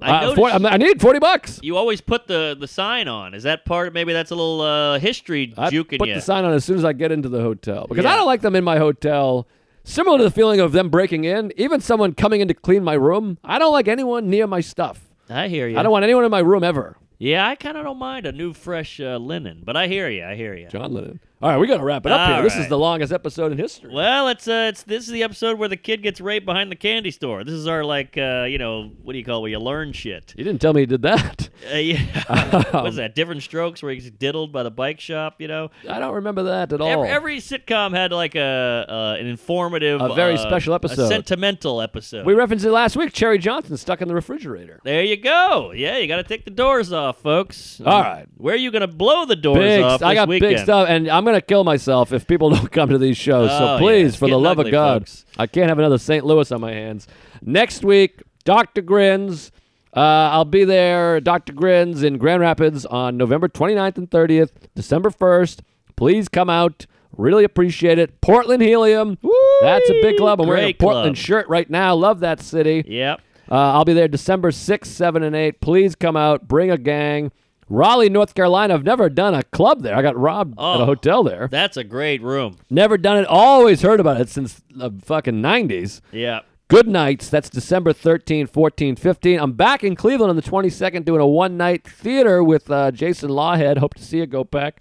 S2: I
S1: uh, 40
S2: noticed-
S1: I'm like, I need forty bucks.
S2: You always put the the sign on. Is that part? Maybe that's a little uh, history
S1: I
S2: juking
S1: put
S2: you.
S1: the sign on as soon as I get into the hotel because I
S2: Yeah.
S1: don't like them in my hotel. Similar to the feeling of them breaking in, even someone coming in to clean my room, I don't like anyone near my stuff.
S2: I hear you.
S1: I don't want anyone in my room ever.
S2: yeah, I kind of don't mind a new fresh uh, linen, but I hear you. I hear you.
S1: John Lennon. All right, we got to wrap it up here.
S2: All
S1: This is
S2: right.
S1: the longest episode in history.
S2: Well, it's uh, it's this is the episode where the kid gets raped behind the candy store. This is our like uh, you know what do you call it, where you learn shit.
S1: You didn't tell me you did that.
S2: Uh, yeah, what's that? Different strokes where he gets diddled by the bike shop. You know,
S1: I don't remember that at all.
S2: every, every sitcom had like a uh, an informative,
S1: A very
S2: uh,
S1: special episode.
S2: a sentimental episode.
S1: we referenced it last week. Cherry Johnson stuck in the refrigerator.
S2: There you go. Yeah, you got to take the doors off, folks.
S1: All right.
S2: Where are you going to blow the doors
S1: Big,
S2: off
S1: I
S2: this
S1: got
S2: weekend?
S1: big stuff, and I'm gonna kill myself if people don't come to these shows. so
S2: Oh, yeah,
S1: please,
S2: it's
S1: for the
S2: getting
S1: love of
S2: ugly,
S1: God,
S2: folks.
S1: I can't have another St. Louis on my hands. Next week, Doctor Grins. Uh, I'll be there, Doctor Grins, in Grand Rapids on November 29th and 30th, December 1st. Please come out. Really appreciate it. Portland Helium. That's a big club. I'm wearing a
S2: Great
S1: Portland
S2: club.
S1: shirt right now. Love that city.
S2: Yep.
S1: Uh, I'll be there December 6th, 7, and 8. Please come out. Bring a gang. Raleigh, North Carolina. I've never done a club there. I got robbed at a
S2: Oh.
S1: hotel there.
S2: That's a great room.
S1: Never done it. Always heard about it since the fucking 90s.
S2: Yeah.
S1: Good nights. That's December 13, 14, 15. I'm back in Cleveland on the 22nd doing a one night theater with uh, Jason Lawhead. Hope to see you go back.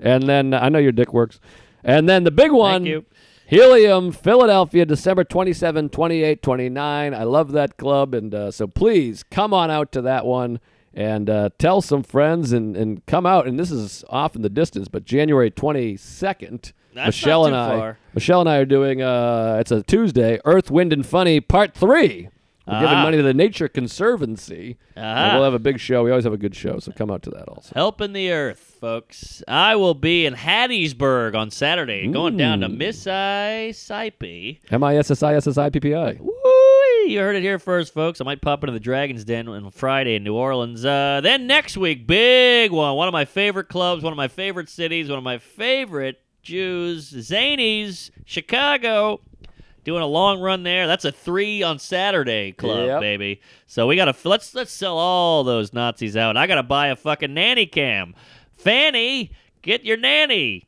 S1: And then uh, I know your dick works. And then the big one
S2: you.
S1: Helium, Philadelphia, December 27, 28, 29. I love that club. And uh, so please come on out to that one and uh, tell some friends and, and come out. And this is off in the distance, but January 22nd.
S2: That's
S1: Michelle
S2: not
S1: and
S2: too
S1: I,
S2: far.
S1: Michelle and I are doing. Uh, it's a Tuesday. Earth, Wind, and Funny Part Three. We're giving
S2: Ah.
S1: money to the Nature Conservancy. And
S2: Ah.
S1: we'll have a big show. We always have a good show, so come out to that also.
S2: Helping the earth, folks. I will be in Hattiesburg on Saturday, going down to Mississippi.
S1: M i s s i s s i p p i.
S2: Woo! You heard it here first, folks. I might pop into the Dragon's Den on Friday in New Orleans. Uh, then next week, big one. One of my favorite clubs, one of my favorite cities, one of my favorite Jews, Zanies, Chicago. Doing a long run there. That's a three on Saturday club,
S1: Yep.
S2: baby. So we gotta let's let's sell all those Nazis out. I gotta buy a fucking nanny cam Fanny, get your nanny.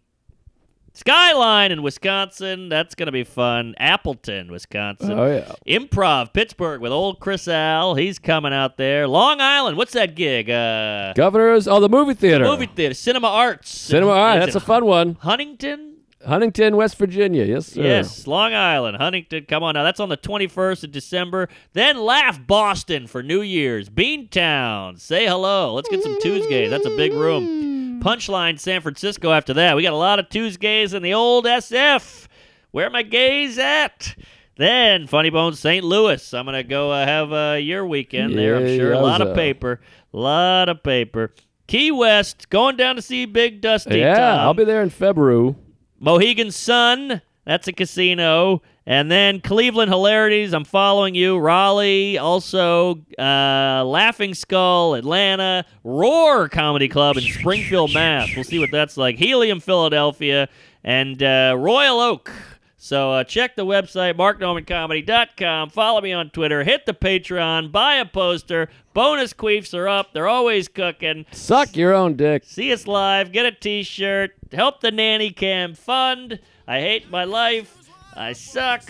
S2: Skyline in Wisconsin. That's going to be fun. Appleton, Wisconsin.
S1: Oh, yeah.
S2: Improv, Pittsburgh with old Chris Al. He's coming out there. Long Island. What's that gig? Uh,
S1: Governors, oh, the movie theater.
S2: movie theater, Cinema Arts.
S1: Cinema, all right,
S2: It's
S1: that's a
S2: in
S1: fun one.
S2: Huntington.
S1: Huntington, West Virginia. Yes, sir.
S2: Yes, Long Island, Huntington. Come on now. That's on the 21st of December. Then Laugh Boston for New Year's. Beantown. Say hello. Let's get some Tuesdays. That's a big room. Punchline San Francisco after that. We got a lot of Tuesdays in the old SF. Where are my gays at? Then Funny Bones St. Louis. I'm going to go uh, have uh, your weekend there, I'm sure. A lot
S1: Yowza.
S2: of paper. lot of paper. Key West, going down to see Big Dusty
S1: Yeah,
S2: Tom.
S1: I'll be there in February.
S2: Mohegan Sun, that's a casino. And then Cleveland Hilarities, I'm following you. Raleigh, also uh, Laughing Skull, Atlanta, Roar Comedy Club in Springfield, Mass. We'll see what that's like. Helium, Philadelphia, and uh, Royal Oak. So uh, check the website, marknormancomedy.com. Follow me on Twitter. Hit the Patreon. Buy a poster. Bonus queefs are up. They're always cooking.
S1: Suck your own dick.
S2: See us live, get a t shirt, help the nanny cam fund. I hate my life. I suck.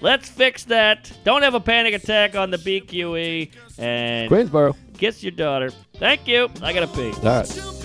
S2: Let's fix that. Don't have a panic attack on the E. BQE. And
S1: Queensboro.
S2: kiss your daughter. Thank you. I gotta pee.
S1: All right.
S3: Super